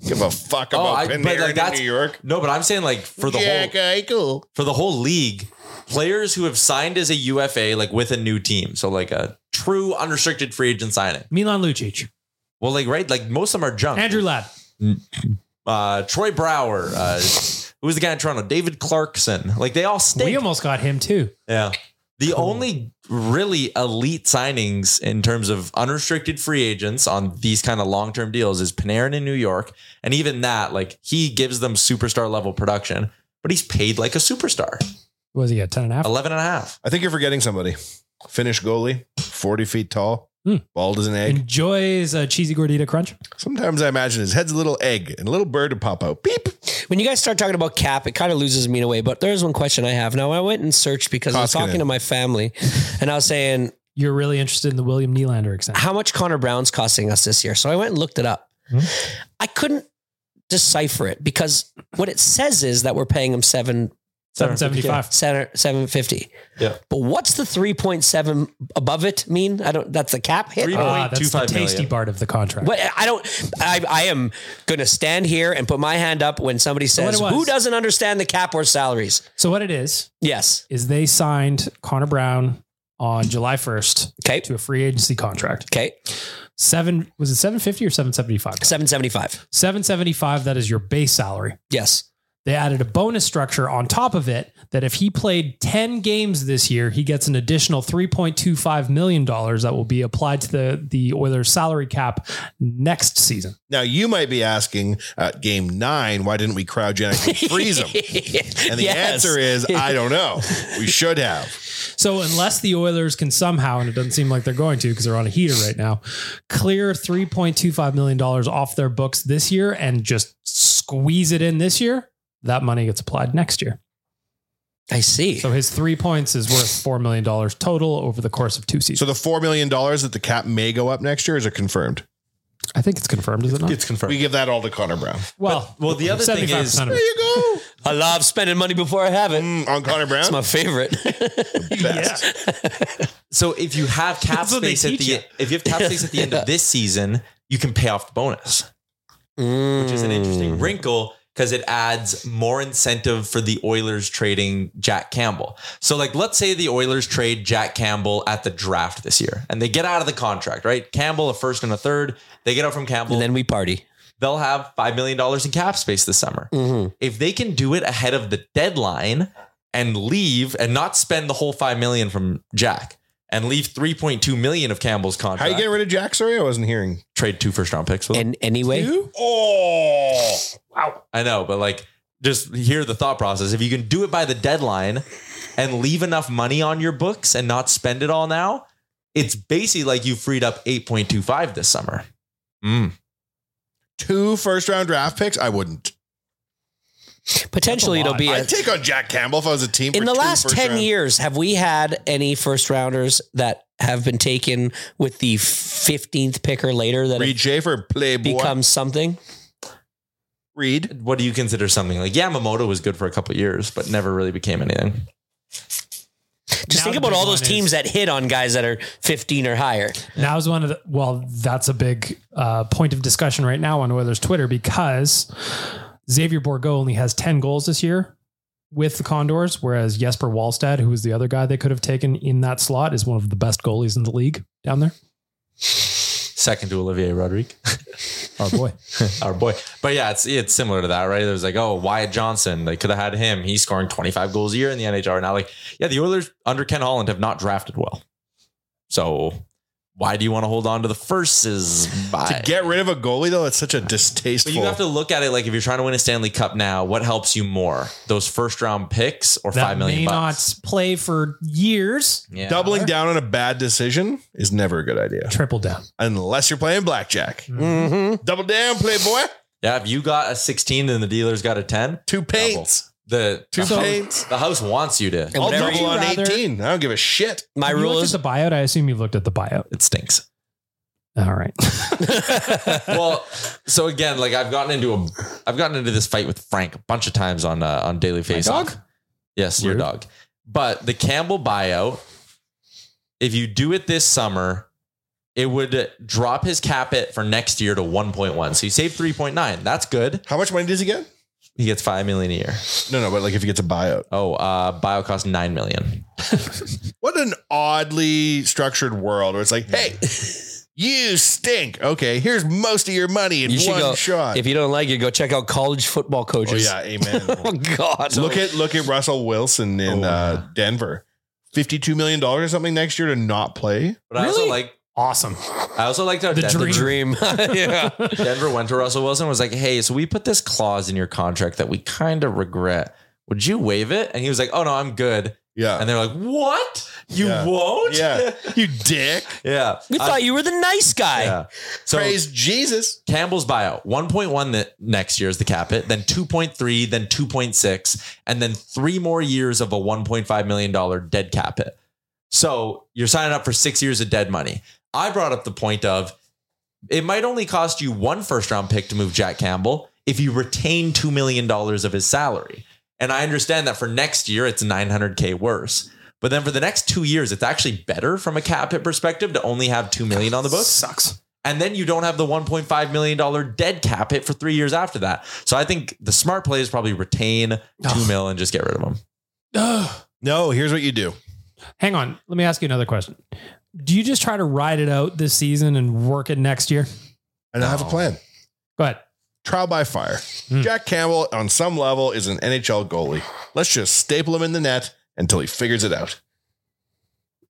Speaker 1: Give a fuck
Speaker 5: Oh,
Speaker 1: about
Speaker 5: I- but, like,
Speaker 1: Panarin in
Speaker 5: that's-
Speaker 1: New York.
Speaker 5: No, but I'm saying like for the whole
Speaker 1: Eichel.
Speaker 5: for the whole league, players who have signed as a UFA like with a new team, so like a true unrestricted free agent signing.
Speaker 4: Milan Lucic,
Speaker 5: Well, like right, like most of them are junk.
Speaker 4: Andrew Ladd,
Speaker 5: uh, Troy Brower, uh, who was the guy in Toronto? David Clarkson. Like they all stink.
Speaker 4: we almost got him too.
Speaker 5: Yeah. The only really elite signings in terms of unrestricted free agents on these kind of long term deals is Panarin in New York. And even that, like he gives them superstar level production, but he's paid like a superstar
Speaker 4: What Was he at 10 and a half?
Speaker 5: 11 and a half.
Speaker 1: I think you're forgetting somebody. Finnish goalie, 40 feet tall,
Speaker 4: Hmm.
Speaker 1: Bald as an egg.
Speaker 4: Enjoys a cheesy gordita crunch.
Speaker 1: Sometimes I imagine his head's a little egg and a little bird to pop out. Beep.
Speaker 6: When you guys start talking about cap, it kind of loses me in a way. But there's one question I have. Now I went and searched because I was
Speaker 1: Koskinen.
Speaker 6: talking to my family, and I was saying
Speaker 4: You're really interested in the William Nylander extent.
Speaker 6: how much Connor Brown's costing us this year. So I went and looked it up. I couldn't decipher it because what it says is that we're paying him seven
Speaker 4: Seven seventy five.
Speaker 6: seven seven fifty.
Speaker 5: Yeah.
Speaker 6: But what's the three point seven above it mean? I don't. That's the cap hit.
Speaker 5: Three-
Speaker 4: Ah, that's the
Speaker 5: 0.25 million.
Speaker 4: tasty part of the contract.
Speaker 6: But I don't. I, I am going to stand here and put my hand up when somebody
Speaker 4: what
Speaker 6: says,
Speaker 4: it was-
Speaker 6: "Who doesn't understand the cap or salaries?"
Speaker 4: So what it is
Speaker 6: Yes.
Speaker 4: is they signed Connor Brown on July first
Speaker 6: Okay.
Speaker 4: to a free agency contract.
Speaker 6: Okay.
Speaker 4: Seven was it seven fifty or seven seventy five?
Speaker 6: Seven seventy five.
Speaker 4: Seven seventy five. That is your base salary.
Speaker 6: Yes.
Speaker 4: They added a bonus structure on top of it that if he played 10 games this year, he gets an additional $3.25 million that will be applied to the, the Oilers salary cap next season.
Speaker 1: Now you might be asking at game nine, why didn't we cryogenically freeze him? And the
Speaker 6: Yes.
Speaker 1: answer is, I don't know. We should have.
Speaker 4: So, unless the Oilers can somehow, and it doesn't seem like they're going to because they're on a heater right now, clear $3.25 million off their books this year and just squeeze it in this year, that money gets applied next year.
Speaker 6: I see.
Speaker 4: So, his three points is worth $4 million total over the course of two
Speaker 1: So
Speaker 4: seasons.
Speaker 1: the $4 million that the cap may go up next year is it confirmed?
Speaker 4: I think it's confirmed, is it not?
Speaker 5: It's confirmed.
Speaker 1: We give that all to Connor Brown.
Speaker 4: well,
Speaker 5: well, the other thing
Speaker 4: 75%
Speaker 5: is-
Speaker 4: of it.
Speaker 1: There you go.
Speaker 6: I love spending money before I have it.
Speaker 1: Mm, on Connor Brown?
Speaker 6: That's my favorite.
Speaker 1: Best.
Speaker 5: So if you have cap
Speaker 4: That's what they
Speaker 5: space at
Speaker 4: teach
Speaker 5: the
Speaker 4: ya.
Speaker 5: if you have cap space at the end of this season, you can pay off the bonus, which is an
Speaker 4: Mm.
Speaker 5: interesting wrinkle because it adds more incentive for the Oilers trading Jack Campbell. So like let's say the Oilers trade Jack Campbell at the draft this year and they get out of the contract, right? Campbell a first and a third, they get out from Campbell,
Speaker 6: And then we party.
Speaker 5: they'll have 5 million dollars in cap space this summer.
Speaker 1: Mm-hmm.
Speaker 5: If they can do it ahead of the deadline and leave and not spend the whole 5 million from Jack and leave 3.2 million of Campbell's contract.
Speaker 1: How you getting rid of Jack? Sorry, I wasn't hearing.
Speaker 5: trade two first round picks with him.
Speaker 6: And anyway,
Speaker 1: Oh,
Speaker 5: I know, but like just hear the thought process. If you can do it by the deadline and leave enough money on your books and not spend it all now, it's basically like you freed up 8.25 this summer. Mm.
Speaker 1: two first round draft picks? I wouldn't.
Speaker 6: potentially
Speaker 4: That's a
Speaker 6: it'll be a,
Speaker 1: I'd take on Jack Campbell if I was a team.
Speaker 6: in
Speaker 1: for
Speaker 6: the
Speaker 1: two
Speaker 6: last
Speaker 1: first
Speaker 6: ten
Speaker 1: round-
Speaker 6: years. Have we had any first rounders that have been taken with the fifteenth pick or later that
Speaker 1: Reed
Speaker 6: have
Speaker 1: Schaefer, Playboy.
Speaker 6: become something?
Speaker 1: Reed.
Speaker 5: What do you consider something like Yamamoto was good for a couple of years, but never really became anything?
Speaker 4: Now
Speaker 6: Just think
Speaker 4: the
Speaker 6: about
Speaker 4: big
Speaker 6: all those
Speaker 4: one
Speaker 6: teams
Speaker 4: is-
Speaker 6: that hit on guys that are fifteen or higher.
Speaker 4: Now is one of the well, that's a big uh, point of discussion right now on Oilers Twitter because Xavier Borgo only has ten goals this year with the Condors, whereas Jesper Wallstad, who was the other guy they could have taken in that slot, is one of the best goalies in the league down there.
Speaker 5: Second to Olivier Rodrigue.
Speaker 4: Oh boy,
Speaker 5: our boy. But yeah, it's it's similar to that, right? It was like, oh, Wyatt Johnson, they could have had him. He's scoring 25 goals a year in the NHL now. Like, yeah, the Oilers under Ken Holland have not drafted well. So why do you want to hold on to the firsts?
Speaker 1: To
Speaker 5: By
Speaker 1: get rid of a goalie though, it's such a distasteful.
Speaker 5: but you have to look at it like if you're trying to win a Stanley Cup now, what helps you more? Those first round picks or
Speaker 4: that
Speaker 5: five million
Speaker 4: may
Speaker 5: bucks?
Speaker 4: not play for years.
Speaker 5: yeah.
Speaker 1: Doubling down on a bad decision is never a good idea
Speaker 4: Triple down. Mm-hmm.
Speaker 1: unless you're playing blackjack. Mm-hmm. Double down, Playboy.
Speaker 5: Yeah, if you got a 16 and the dealer's got a 10,
Speaker 1: Two paints.
Speaker 5: the
Speaker 1: Two
Speaker 5: the,
Speaker 1: paints.
Speaker 5: the house wants you to.
Speaker 1: I'll
Speaker 6: Whatever
Speaker 1: double
Speaker 6: you
Speaker 1: on
Speaker 4: rather-
Speaker 1: 18. I don't give a shit.
Speaker 6: My
Speaker 4: Have you
Speaker 6: rule
Speaker 4: looked
Speaker 6: is
Speaker 4: at the buyout. I assume you looked at the buyout.
Speaker 5: It stinks.
Speaker 4: All right.
Speaker 5: well, so again, like I've gotten into a, I've gotten into this fight with Frank a bunch of times on uh, on Daily Face.
Speaker 4: dog?
Speaker 5: Yes, your
Speaker 4: Rude.
Speaker 5: dog. But the Campbell buyout, if you do it this summer, it would drop his cap it for next year to 1.1. So you save 3.9. That's good.
Speaker 1: How much money does he get?
Speaker 5: He gets five million a year.
Speaker 1: No, no, but like if he gets a buyout.
Speaker 5: Oh, uh, buyout costs nine million.
Speaker 1: What an oddly structured world where it's like, hey, you stink. Okay, here's most of your money in
Speaker 6: you should
Speaker 1: one
Speaker 6: go.
Speaker 1: shot.
Speaker 6: If you don't like it, go check out college football
Speaker 1: oh
Speaker 6: coaches.
Speaker 1: yeah, amen.
Speaker 6: Oh God!
Speaker 1: look at look at Russell Wilson in
Speaker 4: Oh,
Speaker 1: uh, Denver. Fifty-two million dollars or something next year to not play.
Speaker 5: But I also
Speaker 4: Really?
Speaker 5: like
Speaker 4: awesome.
Speaker 5: I also liked how
Speaker 4: The
Speaker 5: Denver,
Speaker 4: dream.
Speaker 6: dream. yeah.
Speaker 5: Denver went to Russell Wilson and was like, hey, so we put this clause in your contract that we kind of regret. Would you waive it? And he was like, oh no, I'm good.
Speaker 1: Yeah.
Speaker 5: And they're like, what? You
Speaker 1: Yeah.
Speaker 5: won't?
Speaker 1: Yeah. you dick.
Speaker 5: Yeah.
Speaker 6: We
Speaker 5: Uh,
Speaker 6: thought you were the nice guy.
Speaker 5: yeah. So
Speaker 1: Praise Jesus.
Speaker 5: Campbell's buyout 1.1 th- next year is the cap hit, then 2.3, then 2.6, and then three more years of a 1.5 million dollar dead cap hit. So you're signing up for six years of dead money. I brought up the point of it might only cost you one first round pick to move Jack Campbell if you retain $2 million of his salary. And I understand that for next year, it's 900K worse. But then for the next two years, it's actually better from a cap hit perspective to only have $2 million on the books. Sucks. And then you don't have the $1.5 million dead cap hit for three years after that. So I think the smart play is probably retain two mil and just get rid of him.
Speaker 1: No, here's what you do.
Speaker 4: Hang on. Let me ask you another question. Do you just try to ride it out this season and work it next year?
Speaker 1: And I have a plan.
Speaker 4: Go ahead. Hmm.
Speaker 1: Trial by fire. Jack Campbell, on some level, is an NHL goalie. Let's just staple him in the net until he figures it out.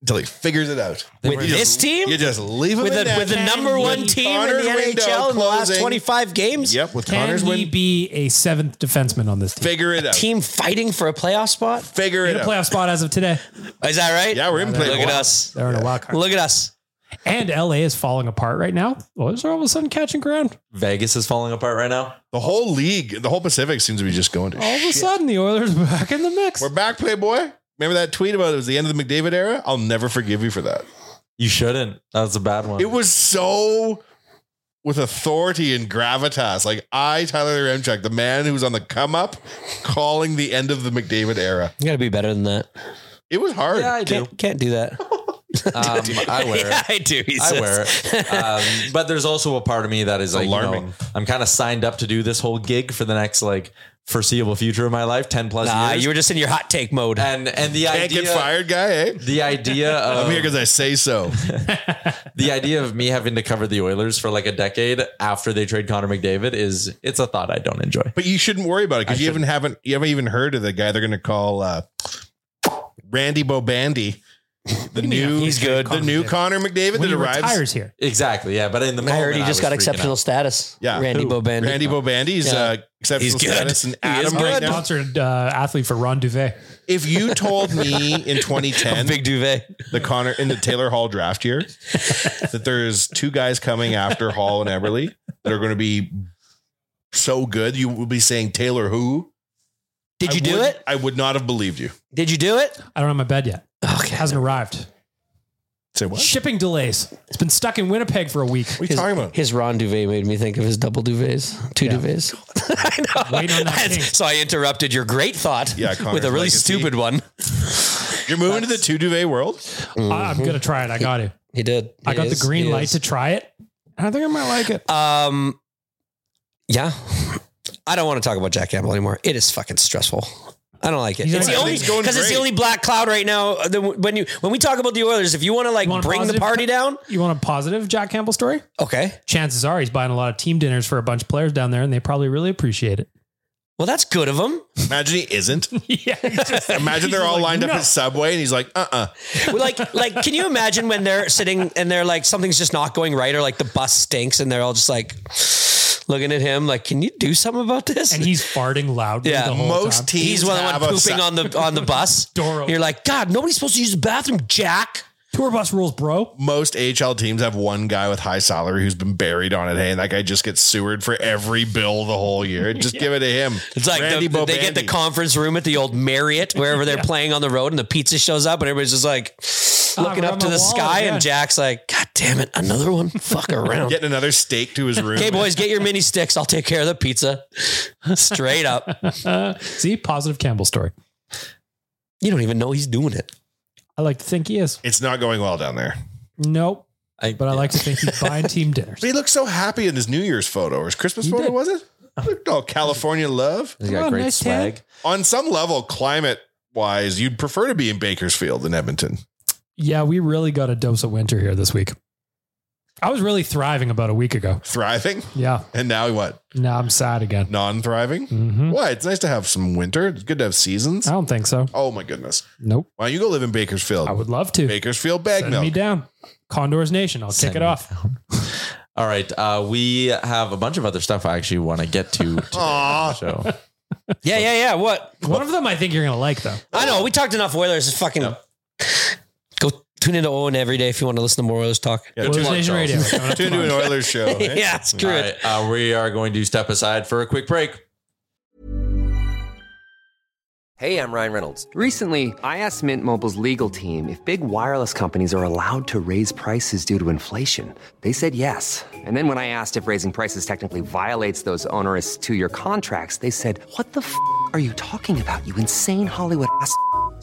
Speaker 1: Until he figures it out.
Speaker 6: With
Speaker 1: You just-
Speaker 6: this team?
Speaker 1: you just leave him
Speaker 6: With,
Speaker 1: in
Speaker 6: the
Speaker 1: net.
Speaker 6: with the number one team
Speaker 1: Connor's
Speaker 6: in the
Speaker 1: window
Speaker 6: NHL in the last
Speaker 1: closing.
Speaker 6: 25 games?
Speaker 1: Yep, with
Speaker 4: Can
Speaker 1: Connor's
Speaker 4: he
Speaker 1: win.
Speaker 4: be a seventh defenseman on this team?
Speaker 1: Figure it out.
Speaker 6: Team fighting for a playoff spot?
Speaker 1: Figure
Speaker 4: In
Speaker 1: it
Speaker 4: a
Speaker 1: out.
Speaker 4: playoff spot as of today.
Speaker 6: Is that right?
Speaker 1: Yeah, we're in play.
Speaker 6: Look at us.
Speaker 4: They're in a wild card.
Speaker 6: Look at us.
Speaker 4: And LA is falling apart right now. Oilers are all of a sudden catching ground.
Speaker 5: Vegas is falling apart right now.
Speaker 1: The whole league, the whole Pacific seems to be just going to
Speaker 4: All of a sudden, the Oilers are back in the mix.
Speaker 1: We're back, Playboy. Remember that tweet about it was the end of the McDavid era? I'll never forgive you for that.
Speaker 5: You shouldn't. That was a bad one.
Speaker 1: It was so with authority and gravitas. Like I, Tyler Remchuk, the man who was on the come up, calling the end of the McDavid era.
Speaker 6: You got to be better than that.
Speaker 1: It was hard.
Speaker 5: yeah, I do.
Speaker 6: Can't, can't do that.
Speaker 5: Um, I wear
Speaker 6: Yeah,
Speaker 5: it.
Speaker 6: I do. he
Speaker 5: I
Speaker 6: says.
Speaker 5: wear it. Um, but there's also a part of me that is like, you know,
Speaker 1: Alarming.
Speaker 5: I'm kind of signed up to do this whole gig for the next like foreseeable future of my life, 10 plus
Speaker 6: Nah,
Speaker 5: years.
Speaker 6: you were just in your hot take mode.
Speaker 5: and and the
Speaker 1: Can't
Speaker 5: idea,
Speaker 1: get fired, guy. Eh?
Speaker 5: the um, idea
Speaker 1: I'm here
Speaker 5: of
Speaker 1: because I say so.
Speaker 5: the idea of me having to cover the Oilers for like a decade after they trade Connor McDavid is it's a thought I don't enjoy.
Speaker 1: But you shouldn't worry about it
Speaker 5: I
Speaker 1: because you haven't haven't you haven't even heard of the guy they're going to call uh, Randy Bobandy, the new
Speaker 6: He's good.
Speaker 1: the new Connor McDavid
Speaker 4: when
Speaker 1: that
Speaker 4: he
Speaker 1: arrives.
Speaker 4: retires here.
Speaker 5: Exactly. Yeah. But in the
Speaker 6: I
Speaker 5: moment,
Speaker 6: heard he
Speaker 5: I was
Speaker 6: just got
Speaker 5: freaking
Speaker 6: exceptional
Speaker 5: out.
Speaker 6: status.
Speaker 1: Yeah.
Speaker 6: Randy
Speaker 1: Who?
Speaker 6: Bobandy.
Speaker 1: Randy Bobandy's
Speaker 6: Yeah.
Speaker 1: uh, exceptional
Speaker 6: He's good.
Speaker 1: status and
Speaker 6: He is
Speaker 1: Adam
Speaker 6: good.
Speaker 1: right now.
Speaker 4: Sponsored uh, athlete for Ron Duvet.
Speaker 1: If you told me in 2010
Speaker 6: Big duvet.
Speaker 1: the Connor in the Taylor Hall draft year that there's two guys coming after Hall and Everly that are going to be so good, you would be saying Taylor who?
Speaker 6: Did
Speaker 1: I
Speaker 6: you do
Speaker 1: would-
Speaker 6: it?
Speaker 1: I would not have believed you.
Speaker 6: Did you do it?
Speaker 4: I don't have my bed yet.
Speaker 6: Okay.
Speaker 4: Hasn't arrived.
Speaker 1: Say what?
Speaker 4: Shipping delays. It's been stuck in Winnipeg for a week.
Speaker 1: What are you talking about?
Speaker 6: His Ron duvet made me think of his double duvets, two duvets. I know.
Speaker 4: Wait on that king.
Speaker 6: so I interrupted your great thought
Speaker 1: Yeah,
Speaker 6: with
Speaker 1: Connor's
Speaker 6: a really
Speaker 1: legacy.
Speaker 6: stupid one.
Speaker 1: You're moving to the two duvet world.
Speaker 4: I, am gonna try it. I got to.
Speaker 6: He did.
Speaker 4: I
Speaker 6: He
Speaker 4: got
Speaker 6: is-
Speaker 4: the green
Speaker 6: he
Speaker 4: light
Speaker 6: is.
Speaker 4: to try it. I think I might like it.
Speaker 6: Um, yeah, I don't want to talk about Jack Campbell anymore. It is fucking stressful. I don't like it.
Speaker 4: He's
Speaker 6: It's the
Speaker 4: not-
Speaker 6: only
Speaker 1: Everything's going
Speaker 6: because it's the
Speaker 1: great.
Speaker 6: only black cloud right now. uh, the- When you when we talk about the Oilers, if you want to like
Speaker 4: You want a
Speaker 6: bring the
Speaker 4: positive-
Speaker 6: party down,
Speaker 4: You want a positive Jack Campbell story?
Speaker 6: okay.
Speaker 4: Chances are he's buying a lot of team dinners for a bunch of players down there, and they probably really appreciate it.
Speaker 6: Well, that's good of him.
Speaker 1: Imagine he isn't.
Speaker 4: yeah,
Speaker 1: Imagine they're all lined up at Subway and he's like, uh uh
Speaker 6: like like can you imagine when they're sitting and they're like something's just not going right or like the bus stinks and they're all just like looking at him like can you do something about this
Speaker 4: and he's farting loudly.
Speaker 6: Yeah.
Speaker 4: the whole
Speaker 1: Most
Speaker 4: time.
Speaker 1: teams
Speaker 6: he's one of
Speaker 1: have
Speaker 6: the one
Speaker 1: a
Speaker 6: pooping
Speaker 1: Sub-
Speaker 6: on the on the bus
Speaker 4: Door open.
Speaker 6: you're like god nobody's supposed to use the bathroom jack
Speaker 4: tour bus rules, bro.
Speaker 1: most AHL teams have one guy with high salary who's been buried on it. Hey, and that guy just gets sewered for every bill the whole year. Just give it to him.
Speaker 6: it's like the,
Speaker 1: Randy
Speaker 6: they get the
Speaker 1: Bobandy.
Speaker 6: conference room at the old Marriott wherever they're playing on the road and the pizza shows up and everybody's just like looking
Speaker 4: we're
Speaker 6: up
Speaker 4: on
Speaker 6: to
Speaker 4: the
Speaker 6: Ah, the,
Speaker 4: wall
Speaker 6: sky
Speaker 4: again.
Speaker 6: and Jack's like god damn it another one fuck around
Speaker 1: getting another steak to his room.
Speaker 6: okay boys get your mini sticks I'll take care of the pizza straight up
Speaker 4: See, positive Campbell story.
Speaker 6: you don't even know he's doing it
Speaker 4: I like to think he is.
Speaker 1: It's not going well down there.
Speaker 4: Nope,
Speaker 5: I-
Speaker 4: but I like to think he's buying team dinners.
Speaker 1: But he looked so happy in his New Year's photo or his Christmas photo,
Speaker 4: did.
Speaker 1: was it? Looked all California love.
Speaker 5: He's
Speaker 4: Come
Speaker 5: got
Speaker 4: on,
Speaker 5: great
Speaker 4: nice
Speaker 5: swag.
Speaker 1: On some level, climate wise, you'd prefer to be in Bakersfield than Edmonton.
Speaker 4: Yeah, we really got a dose of winter here this week. I was really thriving about a week ago.
Speaker 1: Thriving.
Speaker 4: Yeah.
Speaker 1: And now what?
Speaker 4: Now I'm sad again.
Speaker 1: Non thriving?
Speaker 4: hmm
Speaker 1: Why? It's nice to have some winter. It's good to have seasons.
Speaker 4: I
Speaker 5: Uh,
Speaker 4: don't think so.
Speaker 1: Oh my goodness.
Speaker 4: Nope.
Speaker 1: Why don't you go live in Bakersfield?
Speaker 4: I would love to.
Speaker 1: Bakersfield bag
Speaker 4: Send me
Speaker 1: milk.
Speaker 4: down. Condors Nation. I'll
Speaker 5: Send
Speaker 4: kick it
Speaker 5: me
Speaker 4: off.
Speaker 5: All right. Uh, we have a bunch of other stuff I actually want to get to. today on the show.
Speaker 6: yeah yeah yeah what
Speaker 4: One of them I think you're going to like, though.
Speaker 6: I know. We talked enough Oilers. It's fucking go tune into Owen every day if you want to listen to more Oilers talk.
Speaker 4: Yeah, Oilers tune in, Nation Charles. Radio. Coming up Tune into an tomorrow.
Speaker 1: Oilers show, eh?
Speaker 6: yeah, screw
Speaker 5: All
Speaker 6: it.
Speaker 5: right, uh, we are going to step aside for a quick break.
Speaker 7: Hey, I'm Ryan Reynolds. Recently, I asked Mint Mobile's legal team if big wireless companies are allowed to raise prices due to inflation. They said yes. And then when I asked if raising prices technically violates those onerous two year contracts, they said, What the f are you talking about, you insane Hollywood ass? f-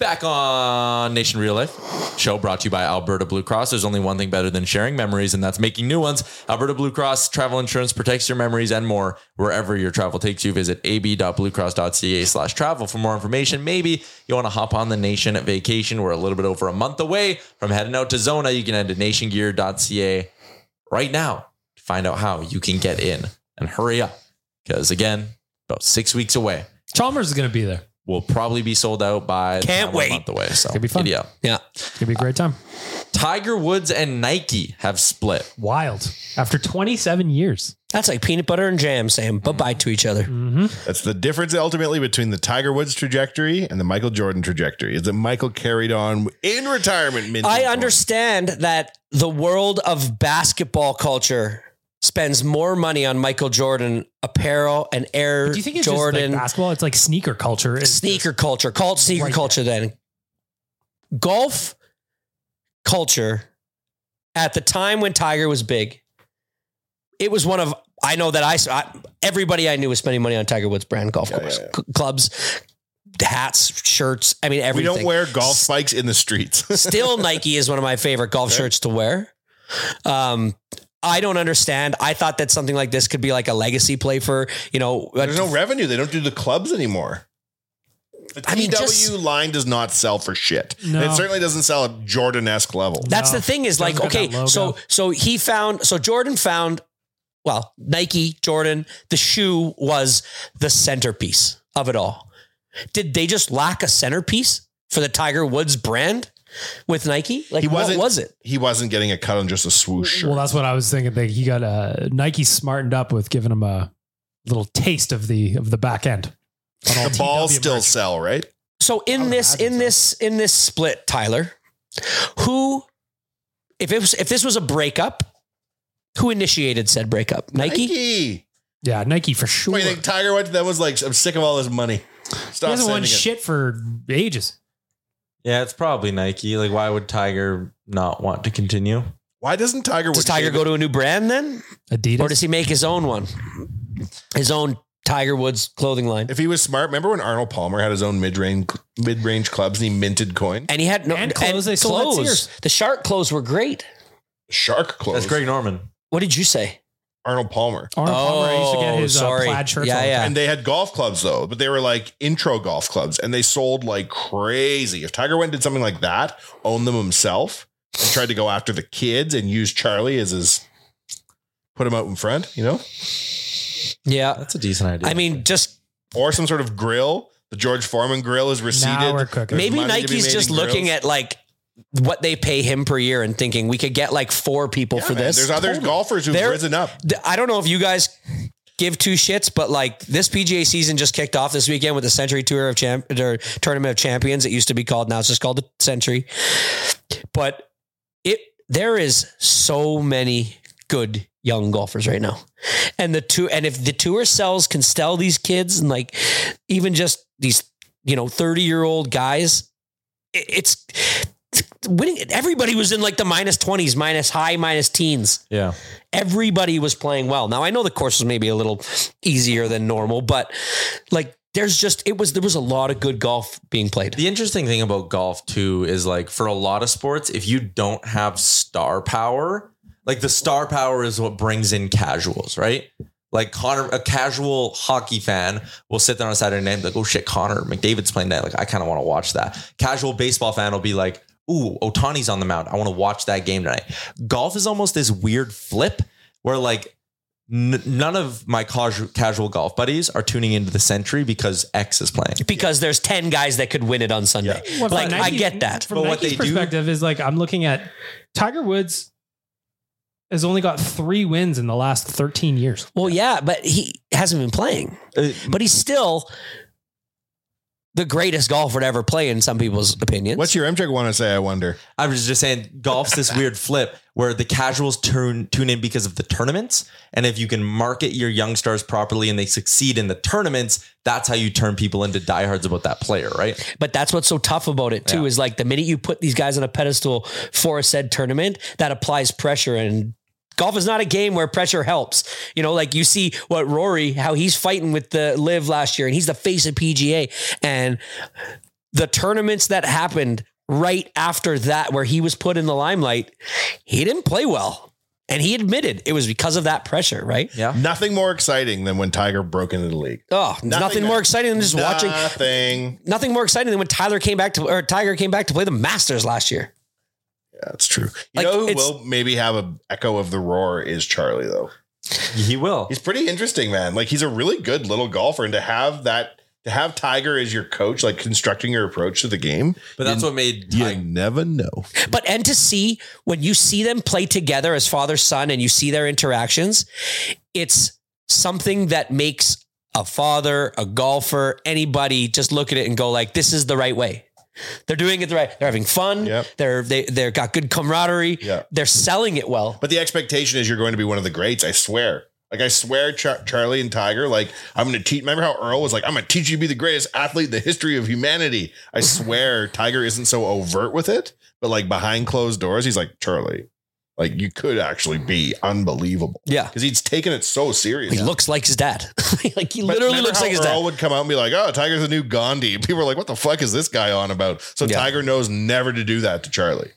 Speaker 5: Back on Nation Real Life show brought to you by Alberta Blue Cross. There's only one thing better than sharing memories, and that's making new ones. Alberta Blue Cross travel insurance protects your memories and more wherever your travel takes you. Visit ab.bluecross.ca slash travel for more information. Maybe you want to hop on the Nation vacation. We're a little bit over a month away from heading out to Zona. You can head to nationgear.ca right now to find out how you can get in and hurry up because, again, about six weeks away.
Speaker 4: Chalmers is going to be there.
Speaker 5: Will probably be sold out by the
Speaker 4: Can't
Speaker 5: time we're a
Speaker 4: wait.
Speaker 5: month away. So
Speaker 4: Could be fun.
Speaker 5: giddy up.
Speaker 6: Yeah.
Speaker 4: It's going to be a great time.
Speaker 5: Tiger Woods and Nike have split.
Speaker 4: Wild. After 27 years.
Speaker 6: That's like peanut butter and jam saying bye bye to each other.
Speaker 4: Mm-hmm.
Speaker 1: That's the difference ultimately between the Tiger Woods trajectory and the Michael Jordan trajectory. Is that Michael carried on in retirement? mint-
Speaker 6: I understand that the world of basketball culture spends more money on Michael Jordan apparel and Air
Speaker 4: Do you think it's just
Speaker 6: Jordan
Speaker 4: like basketball? It's like sneaker culture. It's
Speaker 6: sneaker culture, called sneaker
Speaker 4: Right.
Speaker 6: culture then. Golf culture at the time when Tiger was big, it was one of I know that I, I everybody I knew was spending money on Tiger Woods brand golf course, C- clubs, hats, shirts, I mean
Speaker 1: we
Speaker 6: everything.
Speaker 1: don't wear golf spikes in the streets.
Speaker 6: Still, Nike is one of my favorite golf shirts to wear. Um, I don't understand. I thought that something like this could be like a legacy play for you know.
Speaker 1: There's no revenue. They don't do the clubs anymore. The
Speaker 6: I mean,
Speaker 1: TW
Speaker 6: just-
Speaker 1: line does not sell for shit.
Speaker 6: No.
Speaker 1: It certainly doesn't sell at Jordan esque level.
Speaker 6: That's the thing is like
Speaker 1: Doesn't got
Speaker 6: okay,
Speaker 1: that logo.
Speaker 6: so so he found so Jordan found well Nike Jordan the shoe was the centerpiece of it all. Did they just lack a centerpiece for the Tiger Woods brand with Nike? Like what was it?
Speaker 1: He wasn't getting a cut on just a swoosh shirt.
Speaker 4: Well, that's what I was thinking. They, he got uh, Nike smartened up with giving him a little taste of the of the back end.
Speaker 1: the balls still sell, right?
Speaker 6: So in this in this in this split, Tyler, who if it was if this was a breakup, who initiated said breakup? Nike.
Speaker 4: Yeah, Nike for sure.
Speaker 1: Wait, I think Tiger went to them and was like, I'm sick of all this money.
Speaker 4: He
Speaker 1: Stop
Speaker 4: hasn't
Speaker 1: sending
Speaker 4: won
Speaker 1: it.
Speaker 4: shit for ages.
Speaker 5: Yeah, it's probably Nike. Like, why would Tiger not want to continue?
Speaker 1: Why doesn't Tiger?
Speaker 6: Does Tiger go to a new brand then?
Speaker 4: Adidas,
Speaker 6: or does he make his own one? His own Tiger Woods clothing line.
Speaker 1: If he was smart, remember when Arnold Palmer had his own mid range mid range clubs and he minted coin
Speaker 6: and he had no
Speaker 4: And clothes, they sold at Sears.
Speaker 6: The shark clothes were great.
Speaker 1: shark clothes.
Speaker 5: That's Greg Norman.
Speaker 6: What did you say? Oh,
Speaker 1: Arnold Palmer.
Speaker 4: Arnold Palmer used to get his
Speaker 6: sorry.
Speaker 4: Uh, plaid shirts.
Speaker 6: Yeah,
Speaker 4: all the
Speaker 6: yeah.
Speaker 4: time.
Speaker 1: And they had golf clubs though, but they were like intro golf clubs and they sold like crazy. If Tiger went and did something like that, owned them himself and tried to go after the kids and use Charlie as his put him out in front, you know?
Speaker 6: Yeah,
Speaker 5: that's a decent idea.
Speaker 6: I mean, just
Speaker 1: or some sort of grill. The George Foreman grill is receded.
Speaker 6: Maybe Nike's just looking at like what they pay him per year and thinking we could get like four people for
Speaker 1: man,
Speaker 6: this.
Speaker 1: there's other golfers who've risen up.
Speaker 6: I don't know if you guys give two shits, but like this PGA season just kicked off this weekend with the Century Tour of Champ or Tournament of Champions. It used to be called now it's just called the Century. But it there is so many good young golfers right now. And the two and if the tour sells can sell these kids and like even just these, you know, 30 year old guys, it- it's winning everybody was in like the minus 20s, minus high, minus teens.
Speaker 5: Yeah.
Speaker 6: Everybody was playing well. Now I know the course was maybe a little easier than normal, but like there's just it was there was a lot of good golf being played.
Speaker 5: The interesting thing about golf too is like for a lot of sports, if you don't have star power, like the star power is what brings in casuals, right? Like Connor, a casual hockey fan will sit there on a Saturday night and be like, oh shit, Connor McDavid's playing that. Like, I kind of want to watch that. Casual baseball fan will be like, ooh, Otani's on the mound. I want to watch that game tonight. Golf is almost this weird flip where like n- none of my casual casual golf buddies are tuning into the century because X is playing.
Speaker 6: Because there's 10 guys that could win it on Sunday.
Speaker 4: Well, from
Speaker 6: like I
Speaker 4: Nike's-
Speaker 6: get that.
Speaker 4: From Nike's perspective is like I'm looking at Tiger Woods has only got three wins in the last 13 years.
Speaker 6: Well, yeah, but he hasn't been playing. but he's still the greatest golfer to ever play, in some people's opinions. What's
Speaker 1: your MTrek want to say? I wonder.
Speaker 5: I was just saying, golf's this weird flip where the casuals tune tune in because of the tournaments, and if you can market your young stars properly and they succeed in the tournaments, that's how you turn people into diehards about that player, right?
Speaker 6: But that's what's so tough about it too is like the minute you put these guys on a pedestal for a said tournament, that applies pressure and golf is not a game where pressure helps. You know, like you see what Rory, how he's fighting with the live last year and he's the face of PGA and the tournaments that happened right after that where he was put in the limelight, he didn't play well. And he admitted it was because of that pressure, right?
Speaker 5: Yeah.
Speaker 1: Nothing more exciting than when Tiger broke into the league.
Speaker 6: Oh, nothing, more exciting than just watching
Speaker 1: Nothing.
Speaker 6: nothing more exciting than when Tyler came back to or Tiger came back to play the Masters last year.
Speaker 1: Yeah, that's true. You
Speaker 6: Like,
Speaker 1: know who
Speaker 6: it's-
Speaker 1: will maybe have a echo of the roar is Charlie though.
Speaker 5: He will.
Speaker 1: He's pretty interesting, man. Like he's a really good little golfer, and to have that, to have Tiger as your coach, like constructing your approach to the game.
Speaker 5: But that's what made
Speaker 1: you never know.
Speaker 6: But and to see when you see them play together as father son and you see their interactions, it's something that makes a father, a golfer, anybody just look at it and go like, "This is the right way." They're doing it the right. They're having fun. They're they they've got good camaraderie. They're selling it well.
Speaker 1: But the expectation is you're going to be one of the greats. I swear. Like I swear, Char- Charlie and Tiger. Like I'm going to teach. Remember how Earl was like, "I'm going to teach you to be the greatest athlete in the history of humanity." I swear, Tiger isn't so overt with it, but like behind closed doors, he's like Charlie. Like you could actually be unbelievable.
Speaker 6: Yeah,
Speaker 1: because he's taken it so serious.
Speaker 6: He looks like his dad. like he literally
Speaker 1: remember
Speaker 6: looks
Speaker 1: how
Speaker 6: like his
Speaker 1: Earl
Speaker 6: dad.
Speaker 1: would come out and be like, "Oh, Tiger's the new Gandhi." People are like, "What the fuck is this guy on about?" So Tiger knows never to do that to Charlie.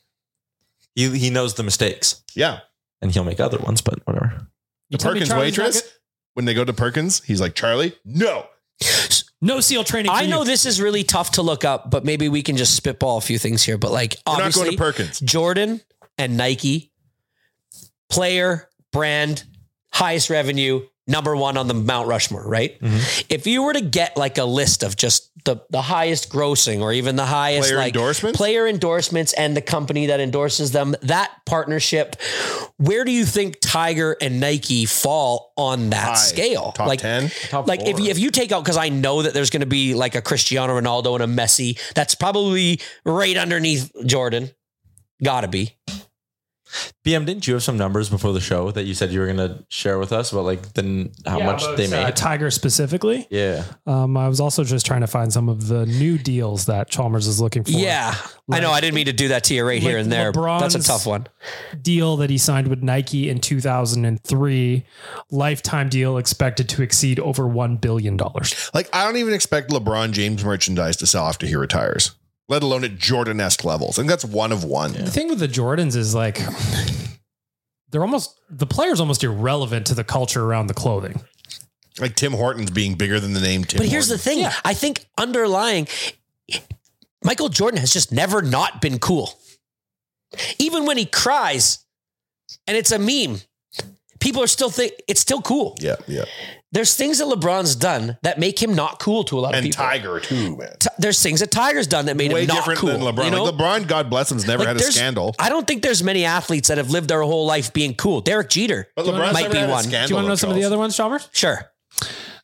Speaker 5: He he knows the mistakes.
Speaker 1: Yeah,
Speaker 5: and he'll make other ones, but whatever.
Speaker 1: The
Speaker 4: tell me
Speaker 1: Perkins
Speaker 4: Charlie's not
Speaker 1: waitress,
Speaker 4: good-
Speaker 1: when they go to Perkins, he's like, "Charlie, no."
Speaker 4: No SEAL training.
Speaker 6: I know this is really tough to look up, but maybe we can just spitball a few things here. But like,
Speaker 1: We're not
Speaker 6: obviously,
Speaker 1: going to Perkins.
Speaker 6: Jordan and Nike, player, brand, highest revenue, number one on the Mount Rushmore, right?
Speaker 1: Mm-hmm.
Speaker 6: If you were to get like a list of just the, the highest grossing or even the highest
Speaker 1: Player
Speaker 6: like
Speaker 1: endorsements?
Speaker 6: player endorsements and the company that endorses them, that partnership, where do you think Tiger and Nike fall on that
Speaker 1: High.
Speaker 6: scale?
Speaker 1: Top
Speaker 6: like
Speaker 1: 10? Top
Speaker 6: like if
Speaker 1: four.
Speaker 6: you, if you take out because I know that there's going to be like a Cristiano Ronaldo and a Messi, that's probably right underneath Jordan. Gotta be.
Speaker 5: BM, didn't you have some numbers before the show that you said you were gonna share with us about like then how
Speaker 4: Yeah,
Speaker 5: much
Speaker 4: about,
Speaker 5: they
Speaker 4: uh,
Speaker 5: made?
Speaker 4: Tiger specifically.
Speaker 5: yeah.
Speaker 4: Um, I was also just trying to find some of the new deals that Chalmers is looking for.
Speaker 6: Yeah, I know. I didn't mean to do that to you right here
Speaker 4: like
Speaker 6: and there. That's a
Speaker 4: LeBron's-
Speaker 6: tough one.
Speaker 4: deal that he signed with Nike in 2003, lifetime deal expected to exceed over $1 billion.
Speaker 1: Like I don't even expect LeBron James merchandise to sell after he retires, let alone at Jordan esque levels. And that's one of one.
Speaker 4: The thing with the Jordans is like, they're almost, the player's almost irrelevant to the culture around the clothing.
Speaker 1: Like Tim Hortons being bigger than the name Tim.
Speaker 6: But here's the thing. I think underlying Michael Jordan has just never not been cool. Even when he cries and it's a meme, people are still think it's still cool.
Speaker 1: Yeah, yeah.
Speaker 6: There's things that LeBron's done that make him not cool to a lot of
Speaker 1: And
Speaker 6: people.
Speaker 1: Tiger too, man.
Speaker 6: T- there's things that Tiger's done that made
Speaker 1: Way
Speaker 6: him not
Speaker 1: different
Speaker 6: cool.
Speaker 1: than LeBron.
Speaker 6: you know?
Speaker 1: Like LeBron, God bless him, has never
Speaker 6: Like,
Speaker 1: had a
Speaker 6: there's-
Speaker 1: scandal.
Speaker 6: I don't think there's many athletes that have lived their whole life being cool. Derek Jeter
Speaker 1: But LeBron's
Speaker 6: might
Speaker 1: never
Speaker 6: be
Speaker 1: had a
Speaker 6: one.
Speaker 1: scandal,
Speaker 4: Do you want to know some of the other ones, Chalmers?
Speaker 6: Sure.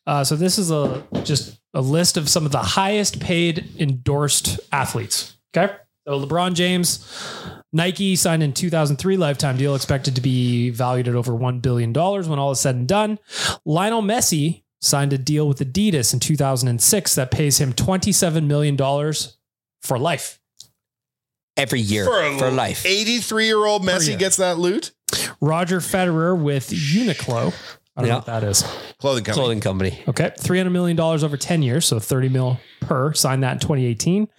Speaker 4: Uh, so this is a just oh, a list of some of the highest paid endorsed athletes. Okay. So LeBron James, Nike signed in 2003 lifetime deal expected to be valued at over $1 billion when all is said and done. Lionel Messi signed a deal with Adidas in 2006 that pays him $27 million for life.
Speaker 6: Every year
Speaker 1: For,
Speaker 6: for life.
Speaker 1: 83 year old Messi
Speaker 4: year.
Speaker 1: gets that loot.
Speaker 4: Roger Federer with Uniqlo. I don't know
Speaker 6: Yeah.
Speaker 4: what that is.
Speaker 1: Clothing company.
Speaker 6: Clothing company.
Speaker 4: Okay, three hundred million dollars over ten years, so thirty mil per. Signed that in twenty eighteen.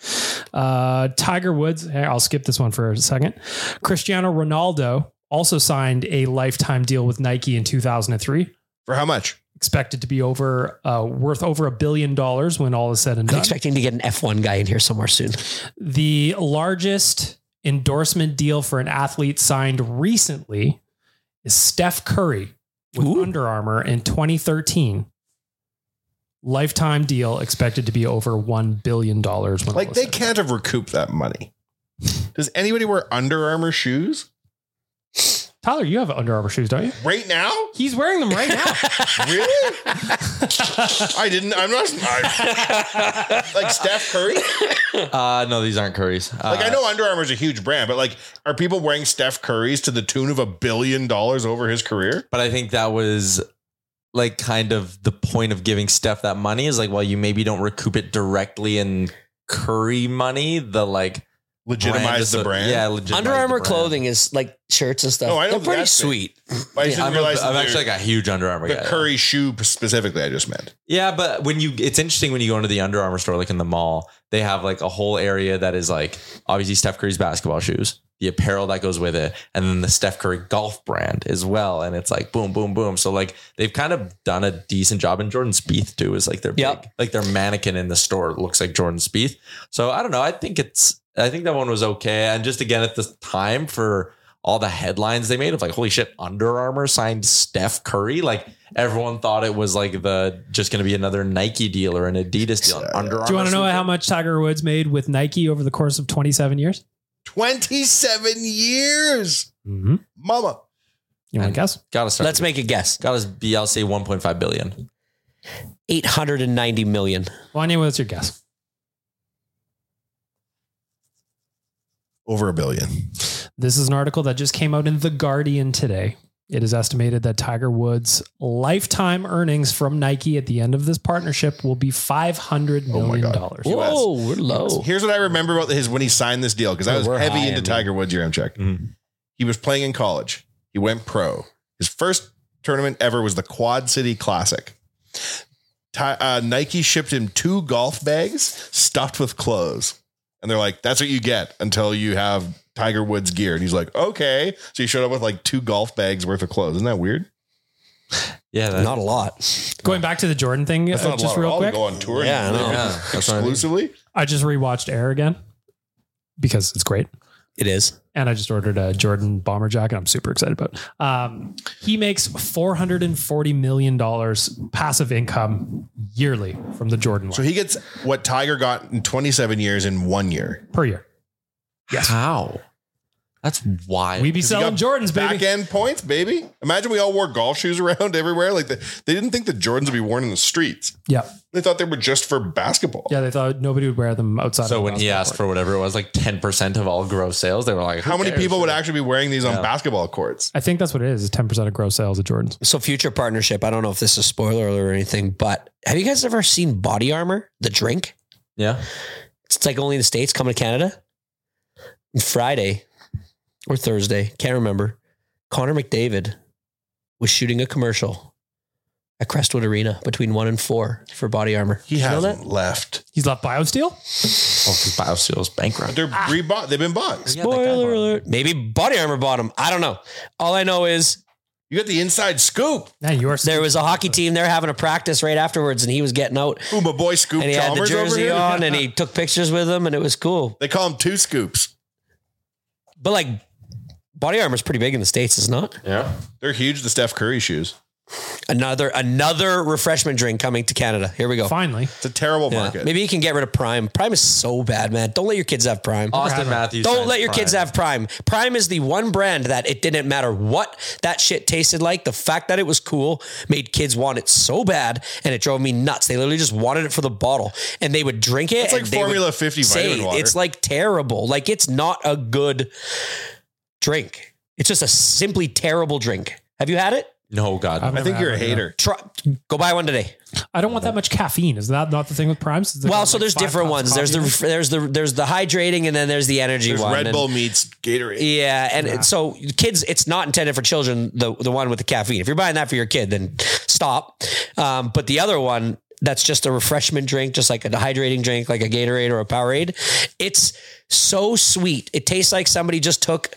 Speaker 4: Uh, Tiger Woods. here, I'll skip this one for a second. Cristiano Ronaldo also signed a lifetime deal with Nike in two thousand and three.
Speaker 1: For how much?
Speaker 4: Expected to be over uh, worth over a billion dollars when all is said and
Speaker 6: I'm
Speaker 4: done.
Speaker 6: expecting to get an F1 guy in here somewhere soon.
Speaker 4: the largest endorsement deal for an athlete signed recently is Steph Curry with Under Armour in 2013. Lifetime deal expected to be over one billion dollars.
Speaker 1: Like they can't have recouped that money. Does anybody wear Under Armour shoes
Speaker 4: Tyler, you have Under Armour shoes, don't you?
Speaker 1: right now?
Speaker 4: He's wearing them right now.
Speaker 1: Really? I didn't. I'm not. I- like Steph Curry.
Speaker 5: Uh, no, these aren't Curry's. Uh,
Speaker 1: Like I know Under Armour is a huge brand, but like, are people wearing Steph Curry's to the tune of a billion dollars over his career?
Speaker 5: But I think that was like kind of the point of giving Steph that money is like, well, you maybe don't recoup it directly in Curry money. The like
Speaker 1: Legitimize
Speaker 5: is
Speaker 1: the
Speaker 5: so-
Speaker 1: brand?
Speaker 5: Yeah, legitimize
Speaker 6: Under
Speaker 5: the
Speaker 6: Armour
Speaker 5: brand.
Speaker 6: clothing is like shirts and stuff.
Speaker 1: No, Oh, I know
Speaker 6: They're pretty
Speaker 1: that's it.
Speaker 6: sweet.
Speaker 1: But I
Speaker 6: Yeah,
Speaker 1: didn't
Speaker 5: I'm, a-
Speaker 1: realize
Speaker 5: I'm
Speaker 1: that
Speaker 5: actually
Speaker 1: they're-
Speaker 5: like a huge Under Armour
Speaker 1: the
Speaker 5: guy.
Speaker 1: Curry shoe specifically. I just meant.
Speaker 5: Yeah, but when you, it's interesting when you go into the Under Armour store, like in the mall, they have like a whole area that is like obviously Steph Curry's basketball shoes, the apparel that goes with it, and then the Steph Curry golf brand as well. And it's like boom, boom, boom. So like they've kind of done a decent job. And Jordan Spieth too is like their
Speaker 6: Yep.
Speaker 5: big, like their mannequin in the store looks like Jordan Spieth. So I don't know. I think it's, I think that one was okay. And just again at the time for all the headlines they made of like, holy shit, Under Armour signed Steph Curry. Like everyone thought it was like the just going to be another Nike deal or an Adidas deal. Under Armour.
Speaker 4: Do you want to know
Speaker 5: sneaker.
Speaker 4: how much Tiger Woods made with Nike over the course of 27 years?
Speaker 1: 27 years.
Speaker 4: Mm-hmm.
Speaker 1: Mama.
Speaker 4: You want to guess?
Speaker 5: Gotta start.
Speaker 6: Let's make a guess.
Speaker 5: Gotta be. I'll say 1.5 billion.
Speaker 6: 890 million.
Speaker 4: Wanya, what's your guess?
Speaker 1: Over a billion.
Speaker 4: This is an article that just came out in The Guardian today. It is estimated that Tiger Woods' lifetime earnings from Nike at the end of this partnership will be five hundred
Speaker 6: Oh
Speaker 4: million dollars.
Speaker 6: Whoa, we're low.
Speaker 1: Here's what I remember about his when he signed this deal because I
Speaker 6: Oh,
Speaker 1: was
Speaker 6: we're
Speaker 1: heavy
Speaker 6: high
Speaker 1: into
Speaker 6: end.
Speaker 1: Tiger Woods. Your M check. He was playing in college. He went pro. His first tournament ever was the Quad City Classic. Ti- uh, Nike shipped him two golf bags stuffed with clothes, and they're like, "That's what you get until you have Tiger Woods gear." And he's like, "Okay." So he showed up with like two golf bags worth of clothes. Isn't that weird?
Speaker 5: Yeah, that,
Speaker 6: Not a lot.
Speaker 4: Going back to the Jordan thing,
Speaker 1: That's
Speaker 4: uh,
Speaker 1: not
Speaker 4: just
Speaker 1: a lot.
Speaker 4: real
Speaker 1: I'll
Speaker 4: quick,
Speaker 1: go on tour.
Speaker 6: Yeah, I
Speaker 1: and
Speaker 6: know.
Speaker 1: live
Speaker 5: Yeah, that's what I mean.
Speaker 1: exclusively.
Speaker 4: I just rewatched Air again because it's great,
Speaker 6: It is.
Speaker 4: and I just ordered a Jordan bomber jacket. I'm super excited about. Um, he makes four hundred and forty million dollars passive income yearly from the Jordan line
Speaker 1: So he gets what Tiger got in 27 years in one year.
Speaker 4: per year. Yes.
Speaker 5: How? That's wild.
Speaker 4: We be selling Jordans, baby.
Speaker 1: Back end points, baby. Imagine we all wore golf shoes around everywhere. Like the, they didn't think the Jordans would be worn in the streets.
Speaker 4: Yeah.
Speaker 1: They thought they were just for basketball.
Speaker 4: Yeah, they thought nobody would wear them outside.
Speaker 5: so
Speaker 4: of
Speaker 5: when he asked for whatever it was, like 10% of all gross sales, they were like,
Speaker 1: How
Speaker 5: who
Speaker 1: many
Speaker 5: cares?
Speaker 1: people would actually be wearing these on basketball courts?
Speaker 4: I think that's what it is. Is ten percent of gross sales of Jordans.
Speaker 6: So future partnership. I don't know if this is spoiler alert or anything, but have you guys ever seen Body Armor, the drink?
Speaker 5: Yeah.
Speaker 6: It's like only in the States, coming to Canada. Friday or Thursday, can't remember. Connor McDavid was shooting a commercial at Crestwood Arena between one and four for body armor.
Speaker 1: He
Speaker 6: Did you know
Speaker 1: hasn't left.
Speaker 4: He's left BioSteel.
Speaker 5: Oh, 'cause BioSteel's bankrupt.
Speaker 1: But they're
Speaker 4: Ah.
Speaker 1: rebought. They've been bought.
Speaker 5: Yeah, that guy
Speaker 6: Spoiler
Speaker 5: bought
Speaker 6: alert. Maybe body armor bought him. I don't know. All I know is
Speaker 1: You got the inside scoop.
Speaker 4: Now you are.
Speaker 6: there was a hockey team there having a practice right afterwards, and he was getting out
Speaker 1: Ooh, my boy Scoop
Speaker 6: and he had the
Speaker 1: Chalmers over
Speaker 6: jersey
Speaker 1: here.
Speaker 6: on and he took pictures with him, and it was cool.
Speaker 1: They call him two scoops.
Speaker 6: But like Body armor is pretty big in the states, is not?
Speaker 1: Yeah, they're huge. The Steph Curry shoes.
Speaker 6: Another another refreshment drink coming to Canada. Here we go.
Speaker 4: Finally,
Speaker 1: it's a terrible
Speaker 6: market. Maybe you can get rid of Prime. Prime is so bad, man. Don't let your kids have Prime.
Speaker 1: Oh,
Speaker 5: Austin Never had it. Matthews
Speaker 6: Don't
Speaker 5: signs
Speaker 6: let your kids
Speaker 5: Prime.
Speaker 6: have Prime. Prime is the one brand that it didn't matter what that shit tasted like. The fact that it was cool made kids want it so bad, and it drove me nuts. They literally just wanted it for the bottle, and they would drink it.
Speaker 1: It's like
Speaker 6: and they
Speaker 1: Formula
Speaker 6: would
Speaker 1: 50
Speaker 6: say
Speaker 1: vitamin water.
Speaker 6: It's like terrible. Like it's not a good drink. It's just a simply terrible drink. Have you had it?
Speaker 5: No, God.
Speaker 4: I've I think never you're had a it, no. hater.
Speaker 6: Try, go buy one today.
Speaker 4: I don't want that much caffeine. Is that not the thing with primes? Is it
Speaker 6: Well,
Speaker 4: got
Speaker 6: so
Speaker 4: like
Speaker 6: there's
Speaker 4: five
Speaker 6: different
Speaker 4: cups
Speaker 6: ones.
Speaker 4: of
Speaker 6: There's the
Speaker 4: coffee?
Speaker 6: there's the there's the hydrating, and then there's the energy
Speaker 1: There's
Speaker 6: one.
Speaker 1: Red
Speaker 6: And-
Speaker 1: Bull meets Gatorade.
Speaker 6: Yeah, and so kids, it's not intended for children. The the one with the caffeine. If you're buying that for your kid, then stop. Um, but the other one, that's just a refreshment drink, just like a hydrating drink, like a Gatorade or a Powerade. It's so sweet. It tastes like somebody just took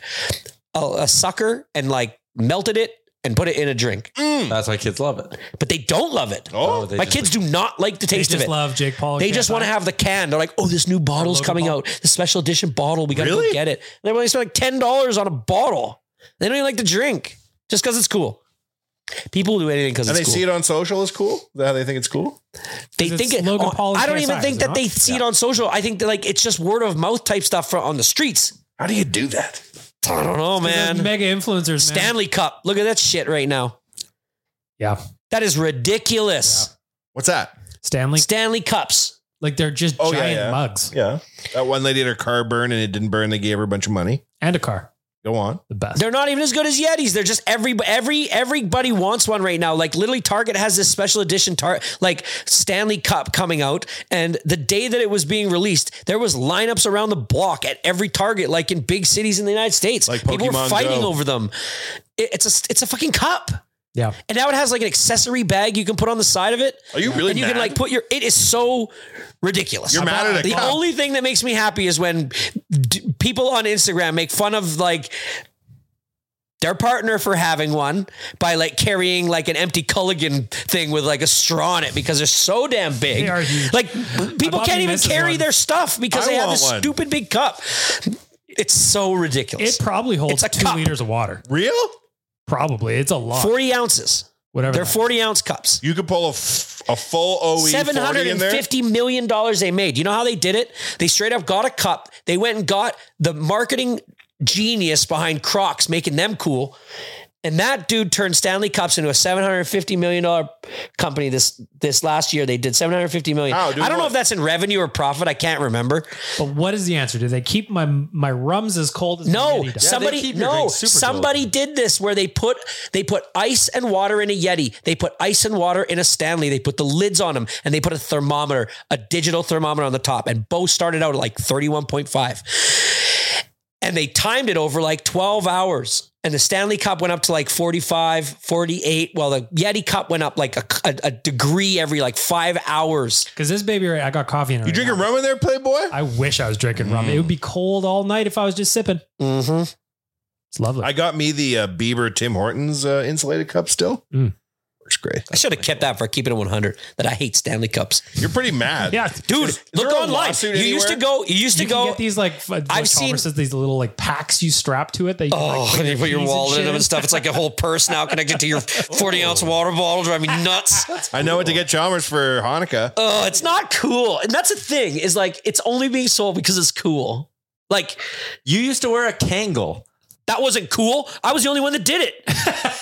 Speaker 6: a, a sucker and like melted it and put it in a drink.
Speaker 5: hmm, That's why kids love it.
Speaker 6: But they don't love it.
Speaker 5: Oh, they
Speaker 6: my
Speaker 5: just-
Speaker 6: kids do not like the
Speaker 4: They
Speaker 6: taste
Speaker 4: just
Speaker 6: of it.
Speaker 4: love Jake Paul.
Speaker 6: They just want to have the can. They're like, oh, this new bottle's coming out. The special edition bottle. We got to go get it. And they only spend like $10 on a bottle. They don't even like to drink just because it's cool. People do anything because
Speaker 1: And
Speaker 6: it's
Speaker 1: they
Speaker 6: cool.
Speaker 1: see it on social as cool. Is that how they think it's cool?
Speaker 6: they think it.
Speaker 4: Logan
Speaker 6: oh,
Speaker 4: Paul and
Speaker 6: I don't
Speaker 4: KSI,
Speaker 6: even
Speaker 4: is
Speaker 6: think
Speaker 4: it
Speaker 6: that
Speaker 4: not?
Speaker 6: they see it on social. I think that like it's just word of mouth type stuff from, on the streets.
Speaker 1: How do you do that?
Speaker 6: I don't know,
Speaker 4: There's
Speaker 6: man.
Speaker 4: mega influencers. man.
Speaker 6: Stanley Cup. Look at that shit right now.
Speaker 4: Yeah,
Speaker 6: That is ridiculous.
Speaker 1: What's that?
Speaker 4: Stanley.
Speaker 6: Stanley Cups.
Speaker 4: Like they're just
Speaker 1: Oh, yeah,
Speaker 4: giant
Speaker 1: yeah.
Speaker 4: mugs
Speaker 1: Yeah. That one lady had her car burn and it didn't burn. They gave her a bunch of money.
Speaker 4: and a car.
Speaker 1: Go on.
Speaker 4: The best.
Speaker 6: They're not even as good as Yetis. They're just every every everybody wants one right now. Like literally, Target has this special edition tar- like Stanley Cup coming out, and the day that it was being released, there was lineups around the block at every Target, like in big cities in the United States.
Speaker 1: Like
Speaker 6: People were
Speaker 1: Pokemon
Speaker 6: fighting
Speaker 1: Go.
Speaker 6: over them. It- it's a it's a fucking cup.
Speaker 4: yeah.
Speaker 6: And now it has like an accessory bag you can put on the side of it.
Speaker 1: Are you really
Speaker 6: And you can
Speaker 1: mad?
Speaker 6: like put your. It is so ridiculous.
Speaker 1: You're mad at a
Speaker 6: the
Speaker 1: cup.
Speaker 6: only thing that makes me happy is when d- people on Instagram make fun of like their partner for having one by like carrying like an empty Culligan thing with like a straw in it because they're so damn big.
Speaker 4: They are huge.
Speaker 6: Like people
Speaker 4: Bobby
Speaker 6: can't even
Speaker 4: misses
Speaker 6: carry
Speaker 4: one.
Speaker 6: their stuff because
Speaker 1: I
Speaker 6: they have
Speaker 1: want
Speaker 6: this
Speaker 1: one.
Speaker 6: stupid big cup. It's so ridiculous.
Speaker 4: It probably holds
Speaker 6: It's a
Speaker 4: two
Speaker 6: cup.
Speaker 4: liters of water.
Speaker 1: Real?
Speaker 4: Probably. It's a lot.
Speaker 6: 40 ounces.
Speaker 4: Whatever.
Speaker 6: They're
Speaker 4: that-
Speaker 6: 40 ounce cups.
Speaker 1: You could pull a, f- a full OE 40 in there.
Speaker 6: $750 million dollars they made. You know how they did it? They straight up got a cup. They went and got the marketing genius behind Crocs, making them cool. And that dude turned Stanley Cups into a $750 million dollar company this this last year. They did $750 million.
Speaker 1: How,
Speaker 6: I
Speaker 1: dude,
Speaker 6: don't know
Speaker 1: what?
Speaker 6: if that's in revenue or profit. I can't remember.
Speaker 4: But what is the answer? Do they keep my my rums as cold as
Speaker 6: No,
Speaker 4: the Yeti does?
Speaker 6: somebody
Speaker 5: keep your
Speaker 6: no
Speaker 5: drinks super
Speaker 6: somebody did this where they put they put ice and water in a Yeti. They put ice and water in a Stanley. They put the lids on them and they put a thermometer, a digital thermometer on the top. And Bo started out at like 31.5. And they timed it over like 12 hours. And the Stanley Cup went up to like 45, 48. Well, the Yeti Cup went up like a, a, a degree every like five hours.
Speaker 4: Because this baby, right, I got coffee in it.
Speaker 1: You
Speaker 4: right
Speaker 1: drinking
Speaker 4: now.
Speaker 1: rum in there, Playboy?
Speaker 4: I wish I was drinking rum. It would be cold all night if I was just sipping.
Speaker 6: Mm. Mm-hmm.
Speaker 4: It's lovely.
Speaker 1: I got me the uh, Bieber Tim Hortons uh, insulated cup still.
Speaker 4: Mm.
Speaker 1: Works great.
Speaker 6: I should have kept that for keeping it 100 that I hate Stanley Cups.
Speaker 1: You're pretty mad.
Speaker 4: yeah,
Speaker 6: Dude,
Speaker 1: Is- is
Speaker 6: look
Speaker 1: there a
Speaker 6: online. You
Speaker 1: lawsuit
Speaker 6: used to
Speaker 1: anywhere?
Speaker 6: go, you used
Speaker 4: You
Speaker 6: to
Speaker 4: can
Speaker 6: go
Speaker 4: get these like f- like
Speaker 6: seen-
Speaker 4: Chalmers says these little like packs you strap to it that you can, like,
Speaker 6: Oh, and you put your
Speaker 4: keys
Speaker 6: wallet in
Speaker 4: shit Oh.
Speaker 6: them and stuff. It's like a whole purse now connected to your 40 ounce water bottle, driving me nuts.
Speaker 1: I know what to get Chalmers for Hanukkah.
Speaker 6: Oh, it's not cool. And that's the thing is like, it's only being sold because it's cool. Like,
Speaker 5: You used to wear a Kangle.
Speaker 6: that wasn't cool. I was the only one that did it.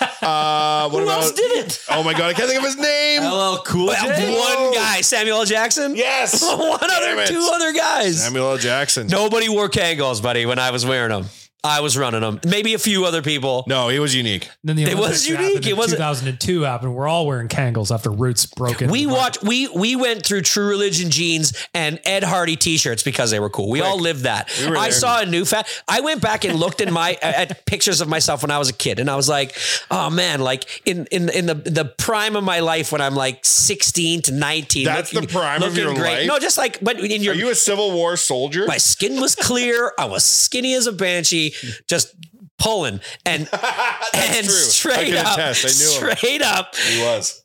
Speaker 1: Uh, what
Speaker 6: Who
Speaker 1: about?
Speaker 6: else did it?
Speaker 1: Oh my god, I can't think of his name.
Speaker 5: LL Cool
Speaker 6: Well,
Speaker 5: J.
Speaker 6: one guy, Samuel L. Jackson.
Speaker 1: Yes.
Speaker 6: one
Speaker 1: Damn
Speaker 6: other,
Speaker 1: it.
Speaker 6: two other guys.
Speaker 1: Samuel L. Jackson.
Speaker 6: Nobody wore Kangals, buddy, when I was wearing them. I was running them. Maybe a few other people.
Speaker 1: No, he was unique.
Speaker 4: And Then the
Speaker 6: It was
Speaker 4: Olympics happened
Speaker 6: unique.
Speaker 4: in
Speaker 6: It wasn't-
Speaker 4: 2002 happened. We're all wearing Kangles after Roots broke it.
Speaker 6: We watched we we went through True Religion jeans and Ed Hardy t-shirts because they were cool. We all lived that.
Speaker 1: were
Speaker 6: I
Speaker 1: there.
Speaker 6: saw a new fat. I went back and looked in my at pictures of myself when I was a kid, and I was like, oh man, like in in in the the prime of my life when I'm like 16 to 19.
Speaker 1: That's the prime of your life?
Speaker 6: No, just like but in your
Speaker 1: Are you a Civil War soldier?
Speaker 6: my skin was clear. I was skinny as a banshee, just pulling and and
Speaker 1: true. I
Speaker 6: straight
Speaker 1: can
Speaker 6: up,
Speaker 1: attest. I knew him.
Speaker 6: straight up
Speaker 1: He was.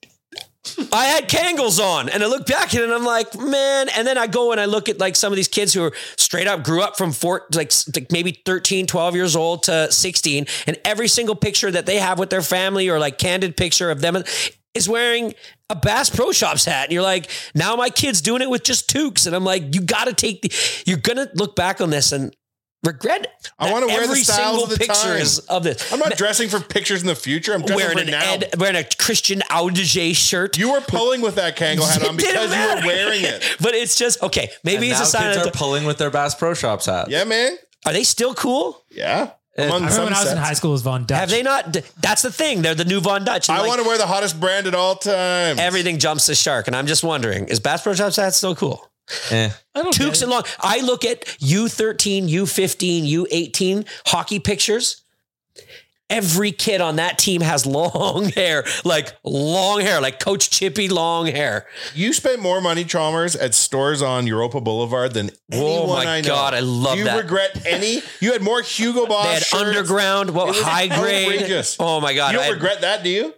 Speaker 6: I had Kangles on and I look back at it and I'm like, man. And then I go and I look at like some of these kids who are straight up grew up from four, like, s- like maybe 13, 12 years old to 16. And every single picture that they have with their family or like candid picture of them is wearing a Bass Pro Shops hat. And you're like, now my kid's doing it with just toques. And I'm like, you got to take the, you're going to look back on this and regret.
Speaker 1: I
Speaker 6: that
Speaker 1: want to wear the
Speaker 6: every
Speaker 1: styles
Speaker 6: single
Speaker 1: of the
Speaker 6: picture
Speaker 1: time.
Speaker 6: is of this.
Speaker 1: I'm not dressing for pictures in the future. I'm dressing
Speaker 6: Wearing
Speaker 1: for
Speaker 6: an
Speaker 1: now.
Speaker 6: Ed, wearing a Christian Audige shirt.
Speaker 1: You were pulling with that Kangol hat on
Speaker 6: It didn't
Speaker 1: because you were
Speaker 6: matter.
Speaker 1: wearing it.
Speaker 6: but it's just okay. Maybe it's
Speaker 5: And
Speaker 6: a
Speaker 5: now
Speaker 6: sign
Speaker 5: kids
Speaker 6: of
Speaker 5: are pulling with their Bass Pro Shops hats.
Speaker 1: Yeah, man.
Speaker 6: Are they still cool?
Speaker 1: Yeah.
Speaker 6: Eh,
Speaker 4: I remember when I was in high school, it was Von Dutch.
Speaker 6: Have they not? d- That's the thing. They're the new Von Dutch.
Speaker 1: I want to wear the hottest brand at all times.
Speaker 6: Everything jumps the shark, and I'm just wondering: is Bass Pro Shops hats still cool?
Speaker 5: Eh.
Speaker 6: Tukes and long. I look at U13, U15, U18 hockey pictures. Every kid on that team has long hair, like long hair, like Coach Chippy long hair.
Speaker 1: You spend more money, Chalmers, at stores on Europa Boulevard than anyone
Speaker 6: Oh my
Speaker 1: I know.
Speaker 6: God, I love
Speaker 1: Do you
Speaker 6: that.
Speaker 1: regret any? You had more Hugo Boss.
Speaker 6: they had
Speaker 1: shirts.
Speaker 6: underground,
Speaker 1: It
Speaker 6: what
Speaker 1: was
Speaker 6: high grade?
Speaker 1: outrageous.
Speaker 6: Oh my god!
Speaker 1: you
Speaker 6: I
Speaker 1: don't
Speaker 6: had-
Speaker 1: regret that, do you?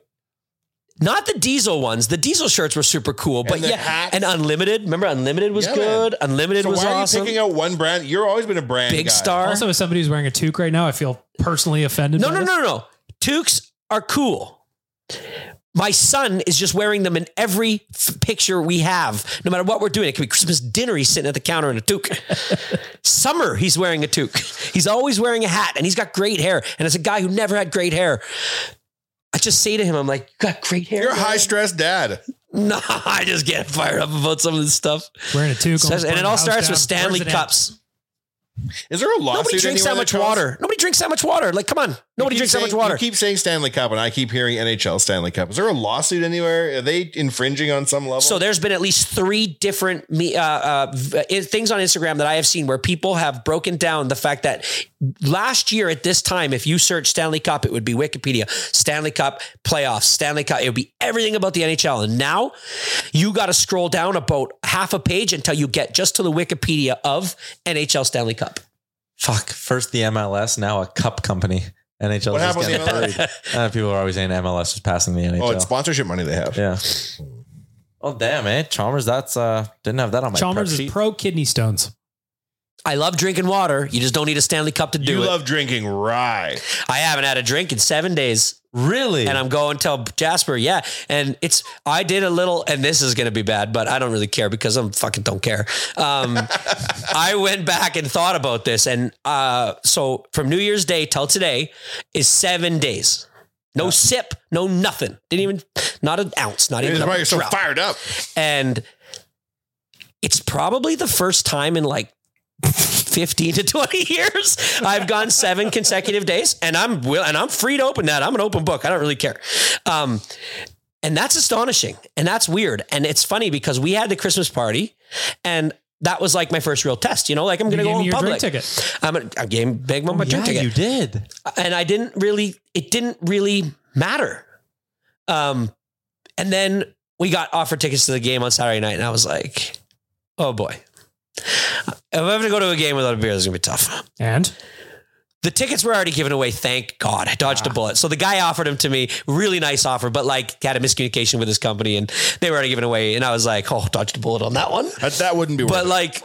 Speaker 6: Not the diesel ones. The diesel shirts were super cool, but
Speaker 1: the
Speaker 6: yeah,
Speaker 1: hats.
Speaker 6: and unlimited. Remember, unlimited was
Speaker 1: Yeah,
Speaker 6: good.
Speaker 1: man.
Speaker 6: Unlimited
Speaker 1: so
Speaker 6: was
Speaker 1: why
Speaker 6: awesome.
Speaker 1: are you picking out one brand? You're always been a brand
Speaker 6: Big
Speaker 1: guy.
Speaker 6: Star.
Speaker 4: Also, as somebody who's wearing a toque right now, I feel personally offended.
Speaker 6: no,
Speaker 4: by
Speaker 6: no, no,
Speaker 4: this.
Speaker 6: no, no. Tukes are cool. My son is just wearing them in every f- picture we have, no matter what we're doing. It could be Christmas dinner. He's sitting at the counter in a toque. Summer, he's wearing a toque. He's always wearing a hat, and he's got great hair. And as a guy who never had great hair, I just say to him, "I'm like, you got great hair."
Speaker 1: You're a
Speaker 6: man."
Speaker 1: high stress dad.
Speaker 6: No, I just get fired up about some of this stuff.
Speaker 4: Wearing a toque, almost
Speaker 6: Says- and
Speaker 4: burned
Speaker 6: it
Speaker 4: the
Speaker 6: all
Speaker 4: house
Speaker 6: starts
Speaker 4: down.
Speaker 6: with Stanley
Speaker 4: Where's it at?
Speaker 6: cups.
Speaker 1: Is there a lawsuit?
Speaker 6: Nobody drinks
Speaker 1: anywhere
Speaker 6: that much
Speaker 1: Charles?
Speaker 6: water. Nobody drinks that much water. Like, come on. Nobody
Speaker 1: You keep
Speaker 6: drinks that much
Speaker 1: saying-
Speaker 6: water.
Speaker 1: You keep saying Stanley Cup, and I keep hearing NHL Stanley Cup. Is there a lawsuit anywhere? Are they infringing on some level?
Speaker 6: So there's been at least three different me, uh, uh, v- uh, things on Instagram that I have seen where people have broken down the fact that last year at this time, if you search Stanley Cup, it would be Wikipedia, Stanley Cup playoffs, Stanley Cup. It would be everything about the NHL. And now you got to scroll down about half a page until you get just to the Wikipedia of NHL Stanley Cup.
Speaker 5: Fuck. First the MLS, now a cup company. NHL.
Speaker 1: What
Speaker 5: is
Speaker 1: happened
Speaker 5: getting
Speaker 1: to the
Speaker 5: buried. Uh, people are always saying MLS is passing the NHL.
Speaker 1: oh, it's sponsorship money they have.
Speaker 5: yeah. Oh damn, eh? Chalmers, that's uh didn't have that on my
Speaker 4: Chalmers
Speaker 5: prep sheet.
Speaker 4: is pro kidney stones.
Speaker 6: I love drinking water. You just don't need a Stanley Cup to do
Speaker 1: you
Speaker 6: it.
Speaker 1: love drinking rye.
Speaker 6: I haven't had a drink in seven days.
Speaker 5: really?
Speaker 6: And I'm going tell Jasper, yeah. And it's I did a little, and this is gonna be bad, but I don't really care because I'm fucking don't care. Um, I went back and thought about this, and uh, so from New Year's Day till today is seven days. No sip, no nothing. Didn't even not an ounce, not
Speaker 1: This
Speaker 6: even
Speaker 1: is
Speaker 6: a
Speaker 1: why you're so
Speaker 6: drop.
Speaker 1: fired up.
Speaker 6: And it's probably the first time in like 15 to 20 years I've gone seven consecutive days and I'm will and I'm free to open that. I'm an open book. I don't really care. Um and that's astonishing and that's weird and it's funny because we had the Christmas party and that was like my first real test, you know, like I'm going to
Speaker 4: You gave
Speaker 6: go
Speaker 4: me
Speaker 6: in
Speaker 4: your
Speaker 6: public.
Speaker 4: drink ticket. Oh,
Speaker 6: I'm a, I gave Big Mom my drink ticket
Speaker 5: Oh, you did.
Speaker 6: and I didn't really, it didn't really matter. Um, and then we got offered tickets to the game on Saturday night, and I was like, oh boy. If I have to go to a game without a beer, this is going to be tough.
Speaker 4: And
Speaker 6: The tickets were already given away. Thank God. I dodged a bullet. So the guy offered them to me. Really nice offer, but like had a miscommunication with his company and they were already given away. And I was like, oh, dodged a bullet on that one.
Speaker 1: That, that wouldn't be worth
Speaker 6: But
Speaker 1: it.
Speaker 6: like,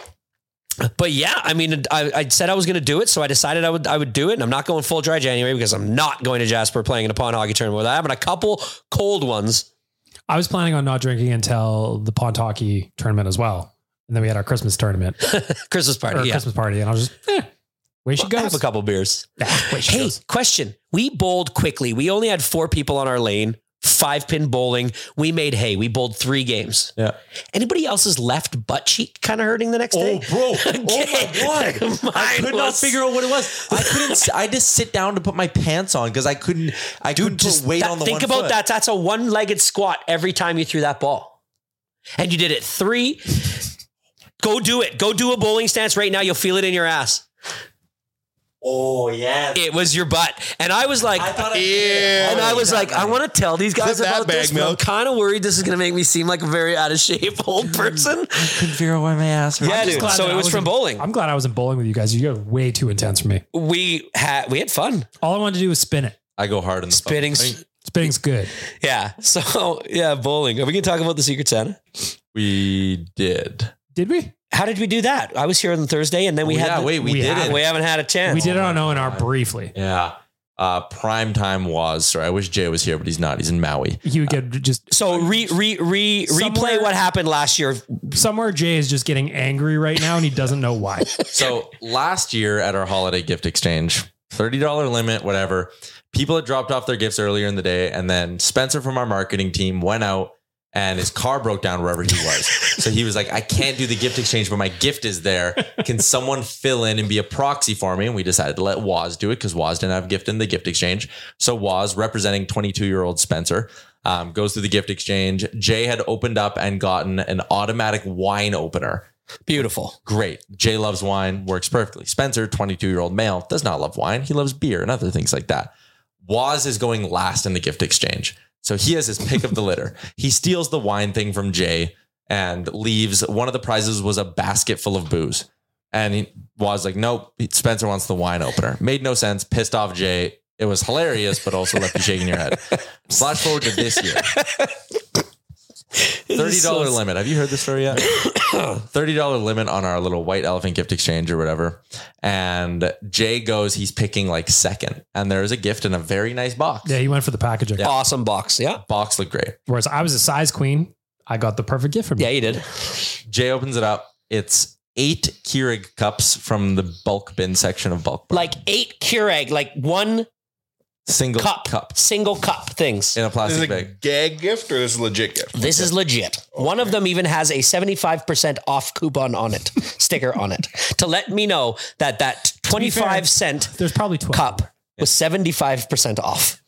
Speaker 6: but yeah, I mean, I, I said I was going to do it, so I decided I would I would do it, and I'm not going full dry January because I'm not going to Jasper playing in a pond hockey tournament without having a couple cold ones.
Speaker 4: I was planning on not drinking until the pond hockey tournament as well, and then we had our Christmas tournament
Speaker 6: Christmas
Speaker 4: or
Speaker 6: party, yeah,
Speaker 4: Christmas party, and I was just, eh, way she
Speaker 6: have
Speaker 4: goes.
Speaker 6: a couple beers.
Speaker 4: Ah, way she
Speaker 6: Hey,
Speaker 4: goes.
Speaker 6: question: We bowled quickly. We only had four people on our lane. Five pin bowling. We made hay. We bowled three games.
Speaker 5: Yeah.
Speaker 6: Anybody else's left butt cheek kind of hurting the
Speaker 4: Oh,
Speaker 6: next day?
Speaker 5: Oh, bro.
Speaker 6: Okay.
Speaker 5: I
Speaker 6: Mine
Speaker 5: could not
Speaker 6: was-
Speaker 5: figure out what it was. I couldn't. I just sit down to put my pants on because I couldn't. I couldn't put weight
Speaker 6: that-
Speaker 5: on the
Speaker 6: think
Speaker 5: one
Speaker 6: about
Speaker 5: foot.
Speaker 6: that. That's a one-legged squat every time you threw that ball, and you did it three. Go do it. Go do a bowling stance right now. You'll feel it in your ass.
Speaker 5: Oh yeah.
Speaker 6: It was your butt, and I was like,
Speaker 5: I thought. I
Speaker 6: and I was like, I want to tell these guys
Speaker 1: Clip that
Speaker 6: about this,
Speaker 1: bag
Speaker 6: but I'm
Speaker 1: milk.
Speaker 6: kind of worried this is going to make me seem like a very out of shape old person.
Speaker 5: couldn't figure out why my ass. hurt.
Speaker 6: Yeah,
Speaker 4: I'm just
Speaker 6: dude.
Speaker 4: glad
Speaker 6: So
Speaker 4: that
Speaker 6: it
Speaker 4: I
Speaker 6: was from
Speaker 4: wasn't-
Speaker 6: bowling.
Speaker 4: I'm glad I wasn't bowling with you guys. You got way too intense for me.
Speaker 6: We had we had fun
Speaker 4: All I wanted to do was spin it.
Speaker 5: I go hard in the
Speaker 6: spinning.
Speaker 5: fucking thing.
Speaker 4: Spitting's good.
Speaker 6: Yeah. So yeah, bowling. Are we gonna talk about the Secret Santa?
Speaker 5: We did.
Speaker 4: Did we?
Speaker 6: How did we do that? I was here on Thursday, and then we
Speaker 5: Oh,
Speaker 6: had.
Speaker 5: yeah,
Speaker 6: the-
Speaker 5: wait, we We didn't. haven't.
Speaker 6: We haven't had a chance.
Speaker 4: We did it on O and R briefly.
Speaker 5: Yeah. Uh, prime time was. Sorry, I wish Jay was here, but he's not. He's in Maui.
Speaker 4: He would get just
Speaker 6: so re re re
Speaker 4: Somewhere-
Speaker 6: replay what happened last year.
Speaker 4: Somewhere Jay is just getting angry right now, and he doesn't know why.
Speaker 5: So last year at our holiday gift exchange, $30 limit, whatever, people had dropped off their gifts earlier in the day. And then Spencer from our marketing team went out and his car broke down wherever he was. so he was like, I can't do the gift exchange, but my gift is there. Can someone fill in and be a proxy for me? And we decided to let Waz do it because Waz didn't have a gift in the gift exchange. So Waz, representing 22 year old Spencer, um, goes through the gift exchange. Jay had opened up and gotten an automatic wine opener.
Speaker 6: Beautiful.
Speaker 5: Great. Jay loves wine, works perfectly. Spencer, 22 year old male, does not love wine. He loves beer and other things like that. Waz is going last in the gift exchange. So he has his pick of the litter. He steals the wine thing from Jay and leaves. One of the prizes was a basket full of booze. And he, Waz like, nope, Spencer wants the wine opener. Made no sense. Pissed off Jay. It was hilarious, but also left you shaking your head. Flash forward to this year. Thirty dollar limit. Have you heard the story yet? Thirty dollar limit on our little white elephant gift exchange or whatever. And Jay goes, he's picking like second, and there is a gift in a very nice box.
Speaker 4: Yeah, he went for the packaging.
Speaker 6: Awesome box. Yeah,
Speaker 5: box looked great.
Speaker 4: Whereas I was a size queen, I got the perfect gift from you.
Speaker 6: Yeah, you did.
Speaker 5: Jay opens it up. It's eight Keurig cups from the bulk bin section of bulk.
Speaker 6: Like eight Keurig, like one
Speaker 5: single
Speaker 6: cup, single cup things
Speaker 5: in a
Speaker 1: This
Speaker 5: plastic
Speaker 1: is a
Speaker 5: bag.
Speaker 1: gag gift or this is a legit gift?
Speaker 6: This is legit. One of them even has a 75% off coupon on it, sticker on it, to let me know that that 25 cent
Speaker 4: There's probably 12
Speaker 6: cup was 75% off.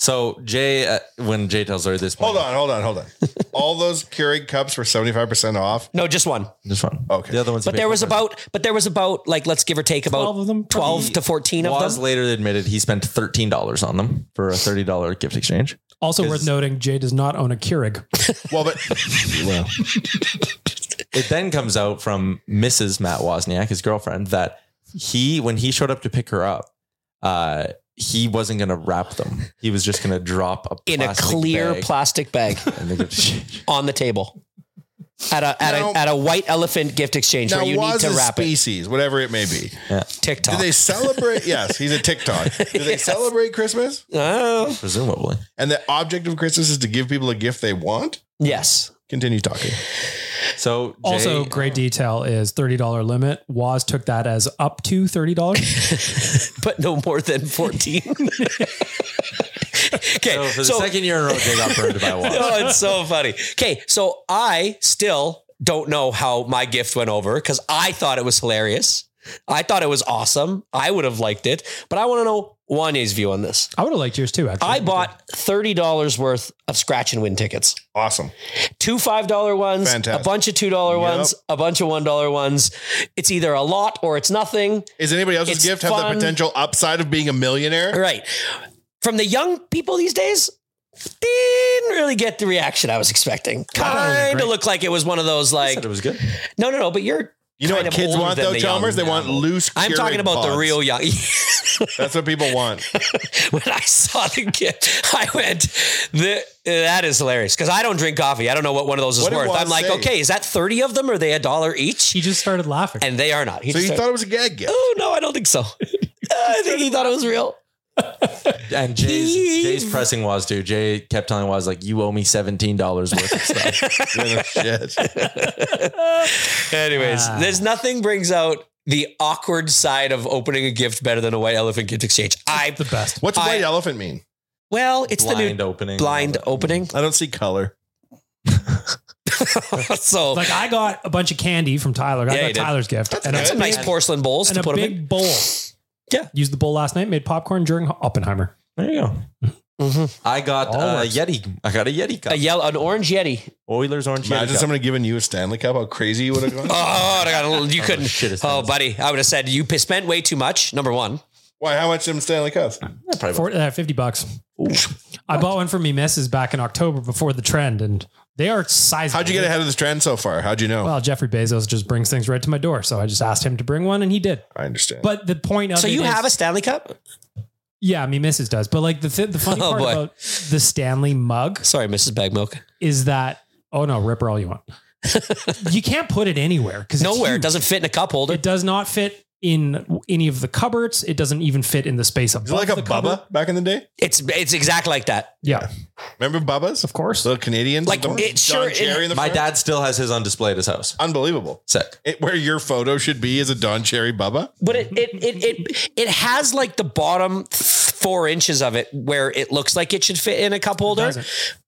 Speaker 5: So Jay, uh, when Jay tells her this,
Speaker 1: Hold on, hold on, hold on. All those Keurig cups were 75% off?
Speaker 6: No, just one.
Speaker 5: Just one.
Speaker 1: Okay.
Speaker 5: The other one's
Speaker 6: But there was about, but there was about like, let's give or take about 12, to 14 of
Speaker 5: Waz
Speaker 6: them.
Speaker 5: later admitted he spent thirteen dollars on them for a thirty dollar gift exchange.
Speaker 4: Also worth noting, Jay does not own a Keurig.
Speaker 1: Well, but
Speaker 5: well. it then comes out from Mrs. Matt Wozniak, his girlfriend, that he, when he showed up to pick her up, uh, he wasn't going to wrap them. He was just going to drop a
Speaker 6: in a
Speaker 5: plastic
Speaker 6: clear
Speaker 5: bag.
Speaker 6: plastic bag on the table at a, at,
Speaker 1: Now-
Speaker 6: a, at a white elephant gift exchange
Speaker 1: now
Speaker 6: where you need
Speaker 1: Waz
Speaker 6: to
Speaker 1: is
Speaker 6: wrap it.
Speaker 1: species, whatever it may be.
Speaker 6: TikTok.
Speaker 1: Do they celebrate? yes, he's a TikTok. Do they celebrate Christmas?
Speaker 6: Oh.
Speaker 5: Presumably.
Speaker 1: And the object of Christmas is to give people a gift they want?
Speaker 6: Yes.
Speaker 1: Continue talking.
Speaker 5: So Jay,
Speaker 4: Also, great detail is thirty dollar limit. Waz took that as up to thirty dollars.
Speaker 6: but no more than 14. okay.
Speaker 5: So for the second year in a row, Jay got burned by a watch.
Speaker 6: Oh, it's so funny. Okay. So I still don't know how my gift went over because I thought it was hilarious. I thought it was awesome. I would have liked it, but I want to know Wanye's view on this.
Speaker 4: I would have liked yours too. Actually,
Speaker 6: I bought $30 worth of scratch and win tickets.
Speaker 1: Awesome.
Speaker 6: Two $5 ones,
Speaker 1: Fantastic.
Speaker 6: a bunch of $2 ones, a bunch of $1 ones. It's either a lot or it's nothing.
Speaker 1: Is anybody else's
Speaker 6: It's
Speaker 1: gift have
Speaker 6: fun.
Speaker 1: the potential upside of being a millionaire?
Speaker 6: Right. From the young people these days, didn't really get the reaction I was expecting. Kind of looked like it was one of those like
Speaker 5: it was good.
Speaker 6: No, no, no. But you're
Speaker 1: You know
Speaker 6: kind
Speaker 1: what
Speaker 6: of
Speaker 1: kids
Speaker 6: older
Speaker 1: want
Speaker 6: than
Speaker 1: though,
Speaker 6: the
Speaker 1: Chalmers? They
Speaker 6: young
Speaker 1: want
Speaker 6: now.
Speaker 1: loose.
Speaker 6: I'm
Speaker 1: Keurig
Speaker 6: talking about
Speaker 1: pods.
Speaker 6: the real young.
Speaker 1: That's what people want.
Speaker 6: when I saw the gift, I went, "The- "That is hilarious." Because I don't drink coffee. I don't know what one of those is
Speaker 1: What did
Speaker 6: worth.
Speaker 1: Juan
Speaker 6: I'm like,
Speaker 1: say?
Speaker 6: okay, is that thirty of them? Are they a dollar each?
Speaker 4: He just started laughing,
Speaker 6: and they are not. He
Speaker 1: So
Speaker 6: just
Speaker 1: you
Speaker 6: started-
Speaker 1: thought it was a gag gift?
Speaker 6: Oh no, I don't think so. I think he thought it was real.
Speaker 5: and Jay's, Jay's pressing Waz too. Jay kept telling Waz like, "You owe me seventeen dollars worth of stuff."
Speaker 1: Yeah, no shit.
Speaker 6: Anyways,
Speaker 4: Ah.
Speaker 6: there's nothing brings out the awkward side of opening a gift better than a white elephant gift exchange. I
Speaker 4: the best.
Speaker 1: What's white
Speaker 6: I-
Speaker 1: elephant mean?
Speaker 6: well, it's
Speaker 5: blind
Speaker 6: the
Speaker 5: opening.
Speaker 6: new blind opening.
Speaker 1: I don't see color.
Speaker 6: so
Speaker 4: Like I got a bunch of candy from Tyler. I
Speaker 6: Yeah, you
Speaker 4: got
Speaker 6: did.
Speaker 4: Tyler's gift and
Speaker 6: some nice porcelain bowls
Speaker 4: and
Speaker 6: to
Speaker 4: a
Speaker 6: put them in.
Speaker 4: big bowl.
Speaker 6: Yeah.
Speaker 4: used the bowl last night. Made popcorn during Oppenheimer.
Speaker 5: There you go.
Speaker 6: Mhm.
Speaker 4: Mm-hmm.
Speaker 5: I got
Speaker 4: All
Speaker 5: a
Speaker 4: works.
Speaker 5: Yeti. I got a Yeti cup.
Speaker 6: A yellow, an orange Yeti.
Speaker 5: Oilers orange Yeti.
Speaker 1: Imagine
Speaker 5: cup.
Speaker 1: somebody giving you a Stanley Cup. How crazy you would have gone.
Speaker 6: Oh, I got a little, you couldn't.
Speaker 5: shit, it's
Speaker 6: oh,
Speaker 5: nice.
Speaker 6: buddy, I would have said you p- spent way too much. Number one,
Speaker 1: Why? How much them Stanley Cups?
Speaker 4: For, uh, Fifty bucks. I bought one for me missus back in October before the trend, and they are sizable.
Speaker 1: How'd you get ahead of this trend so far? How'd you know?
Speaker 4: Well, Jeffrey Bezos just brings things right to my door, so I just asked him to bring one, and he did.
Speaker 1: I understand.
Speaker 4: But the point of
Speaker 6: so
Speaker 4: it
Speaker 6: you
Speaker 4: is-
Speaker 6: have a Stanley Cup.
Speaker 4: Yeah, I mean, Mrs. does. But like the th- the funny
Speaker 6: Oh,
Speaker 4: part
Speaker 6: boy.
Speaker 4: about the Stanley mug.
Speaker 6: Sorry, Mrs. Bagmilk.
Speaker 4: Is that oh no, ripper all you want. you can't put it anywhere because
Speaker 6: Nowhere. It
Speaker 4: doesn't
Speaker 6: fit in a cup holder.
Speaker 4: It does not fit in any of the cupboards. It doesn't even fit in the space above.
Speaker 1: like a
Speaker 4: the
Speaker 1: Bubba
Speaker 4: cupboard.
Speaker 1: back in the day?
Speaker 6: It's it's exact like that.
Speaker 4: Yeah.
Speaker 1: Remember Bubba's? Of
Speaker 4: course.
Speaker 1: The Canadians.
Speaker 6: Like,
Speaker 1: with the
Speaker 6: it
Speaker 1: Don
Speaker 6: sure- it-
Speaker 1: Cherry in the
Speaker 6: My
Speaker 1: front?
Speaker 5: Dad still has his on display at his house.
Speaker 1: Unbelievable.
Speaker 5: Sick.
Speaker 1: It, where your photo should be is a Don Cherry Bubba.
Speaker 6: But it it it it, it has like the bottom th- four inches of it where it looks like it should fit in a cup holder,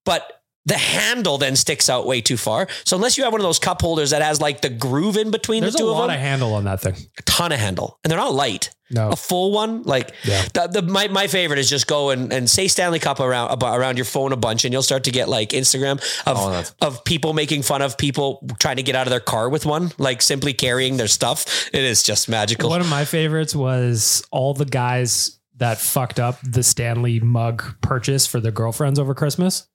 Speaker 6: but the handle then sticks out way too far. So unless you have one of those cup holders that has like the groove in between
Speaker 4: There's
Speaker 6: the
Speaker 4: a
Speaker 6: two
Speaker 4: lot
Speaker 6: of
Speaker 4: of
Speaker 6: them,
Speaker 4: handle on that thing.
Speaker 6: a ton of handle, and they're not light.
Speaker 4: No.
Speaker 6: A full one, like the, the my, my favorite is just go and, and say Stanley Cup around about- around your phone a bunch, and you'll start to get like Instagram of of people making fun of people trying to get out of their car with one, like simply carrying their stuff. It is just magical.
Speaker 4: One of my favorites was all the guys that fucked up the Stanley mug purchase for their girlfriends over Christmas.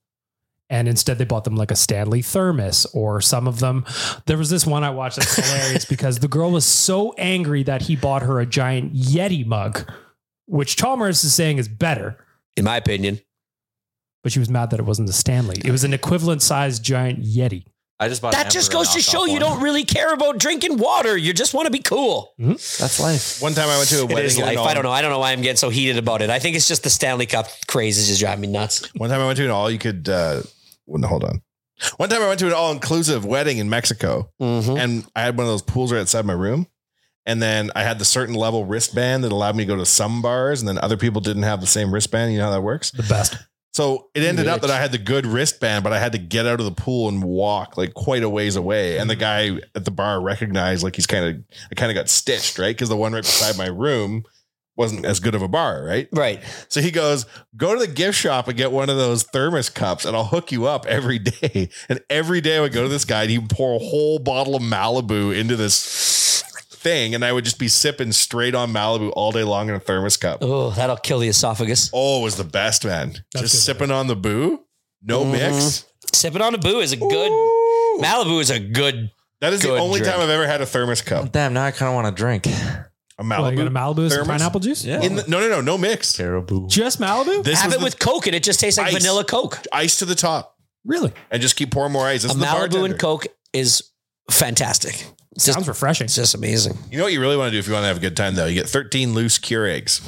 Speaker 4: And instead, they bought them like a Stanley thermos, or some of them. There was this one I watched that's hilarious because the girl was so angry that he bought her a giant Yeti mug, which Chalmers is saying is better.
Speaker 6: In my opinion,
Speaker 4: But she was mad that it wasn't a Stanley. It was an equivalent sized giant Yeti.
Speaker 5: I just bought
Speaker 6: that just goes to show you don't really care about drinking water. You just want to be cool.
Speaker 5: That's life.
Speaker 1: One time I went to a
Speaker 6: It
Speaker 1: wedding.
Speaker 6: is
Speaker 1: in
Speaker 6: life.
Speaker 1: Al-
Speaker 6: I don't know. I don't know why I'm getting so heated about it. I think it's just the Stanley Cup craze is just driving me nuts.
Speaker 1: One time I went to an all you could. Uh, well, no, hold on. One time I went to an all inclusive wedding in Mexico,
Speaker 6: Mm-hmm.
Speaker 1: and I had one of those pools right outside my room. And then I had the certain level wristband that allowed me to go to some bars, and then other people didn't have the same wristband. You know how that works. The
Speaker 4: best.
Speaker 1: So it ended up that I had the good wristband, but I had to get out of the pool and walk like quite a ways away. And the guy at the bar recognized like he's kind of I kind of got stitched, right? Because the one right beside my room wasn't as good of a bar, right?
Speaker 6: Right.
Speaker 1: So he goes, go to the gift shop and get one of those thermos cups, and I'll hook you up every day. And every day I would go to this guy, and he'd pour a whole bottle of Malibu into this thing, and I would just be sipping straight on Malibu all day long in a thermos cup.
Speaker 6: Oh, that'll kill the esophagus.
Speaker 1: Oh, it was the best, man. just sipping on the boo, no mix.
Speaker 6: Sipping on a boo is a good Malibu is a good.
Speaker 1: That is the only time I've ever had a thermos cup.
Speaker 5: Damn, now I kind of want to drink.
Speaker 1: A
Speaker 4: Oh,
Speaker 1: Malibu.
Speaker 4: you got a Malibu, some
Speaker 1: thermos?
Speaker 4: pineapple juice?
Speaker 1: In the- no, no, no, no mix.
Speaker 5: Caribou.
Speaker 4: Just Malibu?
Speaker 1: This
Speaker 6: Have
Speaker 1: was
Speaker 6: it
Speaker 1: the-
Speaker 6: with Coke and it just tastes like
Speaker 1: Ice.
Speaker 6: vanilla Coke.
Speaker 1: Ice to the top.
Speaker 4: Really?
Speaker 1: And just keep pouring more ice. This
Speaker 6: a
Speaker 1: is the
Speaker 6: Malibu
Speaker 1: bartender.
Speaker 6: and Coke is fantastic. It's just-
Speaker 4: Sounds refreshing. It's
Speaker 6: just amazing.
Speaker 1: You know what you really want to do if you want to have a good time, though? You get 13 loose Keurigs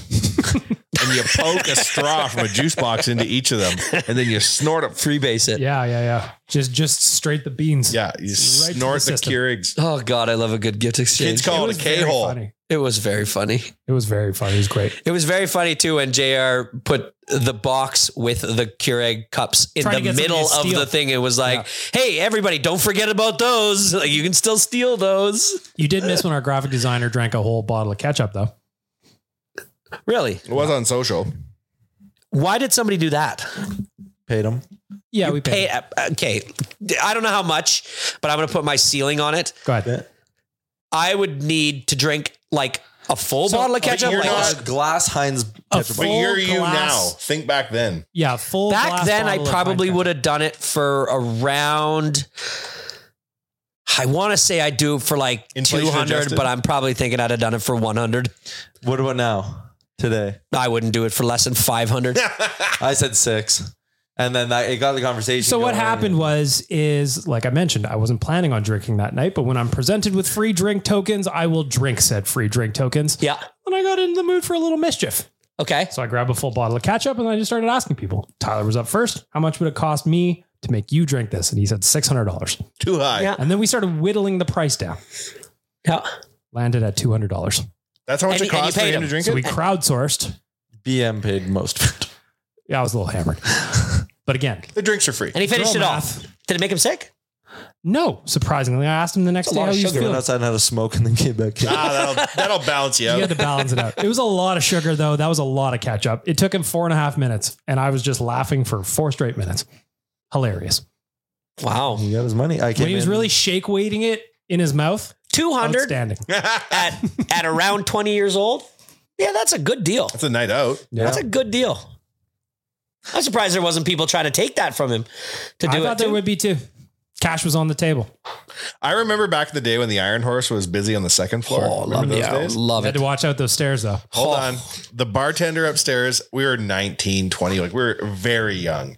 Speaker 1: and you poke a straw from a juice box into each of them and then you snort them.
Speaker 6: Freebase it.
Speaker 4: Yeah, yeah, yeah. Just just straight the beans.
Speaker 1: Yeah, you
Speaker 4: to
Speaker 1: snort the,
Speaker 4: system.
Speaker 1: Keurigs.
Speaker 6: Oh God, I love a good gift exchange.
Speaker 1: Kids call it,
Speaker 4: was
Speaker 1: a
Speaker 4: very
Speaker 1: K hole.
Speaker 4: funny.
Speaker 6: It was very funny.
Speaker 4: It was very funny. It was great.
Speaker 6: It was very funny too when JR put the box with the Keurig cups in
Speaker 4: Trying to
Speaker 6: the
Speaker 4: get
Speaker 6: middle
Speaker 4: somebody
Speaker 6: of
Speaker 4: to
Speaker 6: the
Speaker 4: steal.
Speaker 6: thing. It was like, hey, everybody, don't forget about those. Like, you can still steal those.
Speaker 4: You did miss when our graphic designer drank a whole bottle of ketchup, though.
Speaker 6: Really?
Speaker 1: It was on social.
Speaker 6: Why did somebody do that?
Speaker 5: Paid him.
Speaker 4: Yeah, we
Speaker 6: Pay, uh, okay. I don't know how much, but I'm going to put my ceiling on it.
Speaker 4: Go ahead.
Speaker 6: I would need to drink like a full bottle of
Speaker 1: but
Speaker 6: ketchup.
Speaker 1: you're
Speaker 6: Like
Speaker 1: not-
Speaker 6: this.
Speaker 5: Glass Heinz.
Speaker 1: But you're you now. Think back then.
Speaker 4: Yeah, full.
Speaker 6: Back
Speaker 4: glass
Speaker 6: then, I
Speaker 4: bottle of
Speaker 6: probably
Speaker 4: Heineken.
Speaker 6: would have done it for around. I want to say I do it for like
Speaker 1: Inflation
Speaker 6: 200,
Speaker 1: adjusted.
Speaker 6: but I'm probably thinking I'd have done it for 100.
Speaker 5: What about now? Today.
Speaker 6: I wouldn't do it for less than 500.
Speaker 5: I said six. And then that, it got the conversation.
Speaker 4: So what
Speaker 5: going.
Speaker 4: happened was, is like I mentioned, I wasn't planning on drinking that night, but when I'm presented with free drink tokens, I will drink said free drink tokens.
Speaker 6: yeah.
Speaker 4: And I got into the mood for a little mischief.
Speaker 6: Okay.
Speaker 4: So I grabbed a full bottle of ketchup and I just started asking people. Tyler was up first. How much would it cost me to make you drink this? And he said six hundred dollars.
Speaker 1: Too high.
Speaker 6: Yeah.
Speaker 4: And then we started whittling the price down.
Speaker 6: Yeah.
Speaker 4: Landed at two hundred dollars.
Speaker 1: That's how much
Speaker 6: And-
Speaker 1: it
Speaker 6: and you
Speaker 1: costs for
Speaker 6: paid
Speaker 1: him
Speaker 6: him.
Speaker 1: to drink
Speaker 4: So we
Speaker 1: it.
Speaker 4: crowdsourced.
Speaker 5: BM paid most of it.
Speaker 4: Yeah, I was a little hammered. But again,
Speaker 1: The drinks are free.
Speaker 6: And he finished
Speaker 4: Girl
Speaker 6: it
Speaker 4: math.
Speaker 6: off. Did it make him sick?
Speaker 4: No, surprisingly, I asked him the next
Speaker 5: It's a
Speaker 4: day
Speaker 5: lot
Speaker 4: how
Speaker 5: of
Speaker 4: he was
Speaker 5: sugar. Went
Speaker 4: feeling.
Speaker 5: outside and had a smoke and then came back. in.
Speaker 1: ah, that'll, that'll balance you
Speaker 4: You
Speaker 1: out.
Speaker 4: had to balance it out. It was a lot of sugar, though. That was a lot of catch up. It took him four and a half minutes, and I was just laughing for four straight minutes. Hilarious.
Speaker 6: Wow.
Speaker 5: He got his money. I came
Speaker 4: When he was
Speaker 5: in-
Speaker 4: really shake weighting it in his mouth,
Speaker 6: 200
Speaker 4: outstanding.
Speaker 6: at, at around 20 years old. Yeah, that's a good deal.
Speaker 1: That's a night out.
Speaker 6: That's a good deal. I'm surprised there wasn't people trying to take that from him to
Speaker 4: I
Speaker 6: do
Speaker 4: thought
Speaker 6: it.
Speaker 4: there
Speaker 6: too.
Speaker 4: would be two. Cash was on the table.
Speaker 1: I remember back in the day when the Iron Horse was busy on the second floor.
Speaker 4: Oh,
Speaker 1: Remember
Speaker 4: love
Speaker 1: those
Speaker 4: it. Yeah,
Speaker 1: days?
Speaker 6: Love
Speaker 4: Had to watch out those stairs though.
Speaker 1: Hold on. The bartender upstairs, we were 19, 20, like we were very young.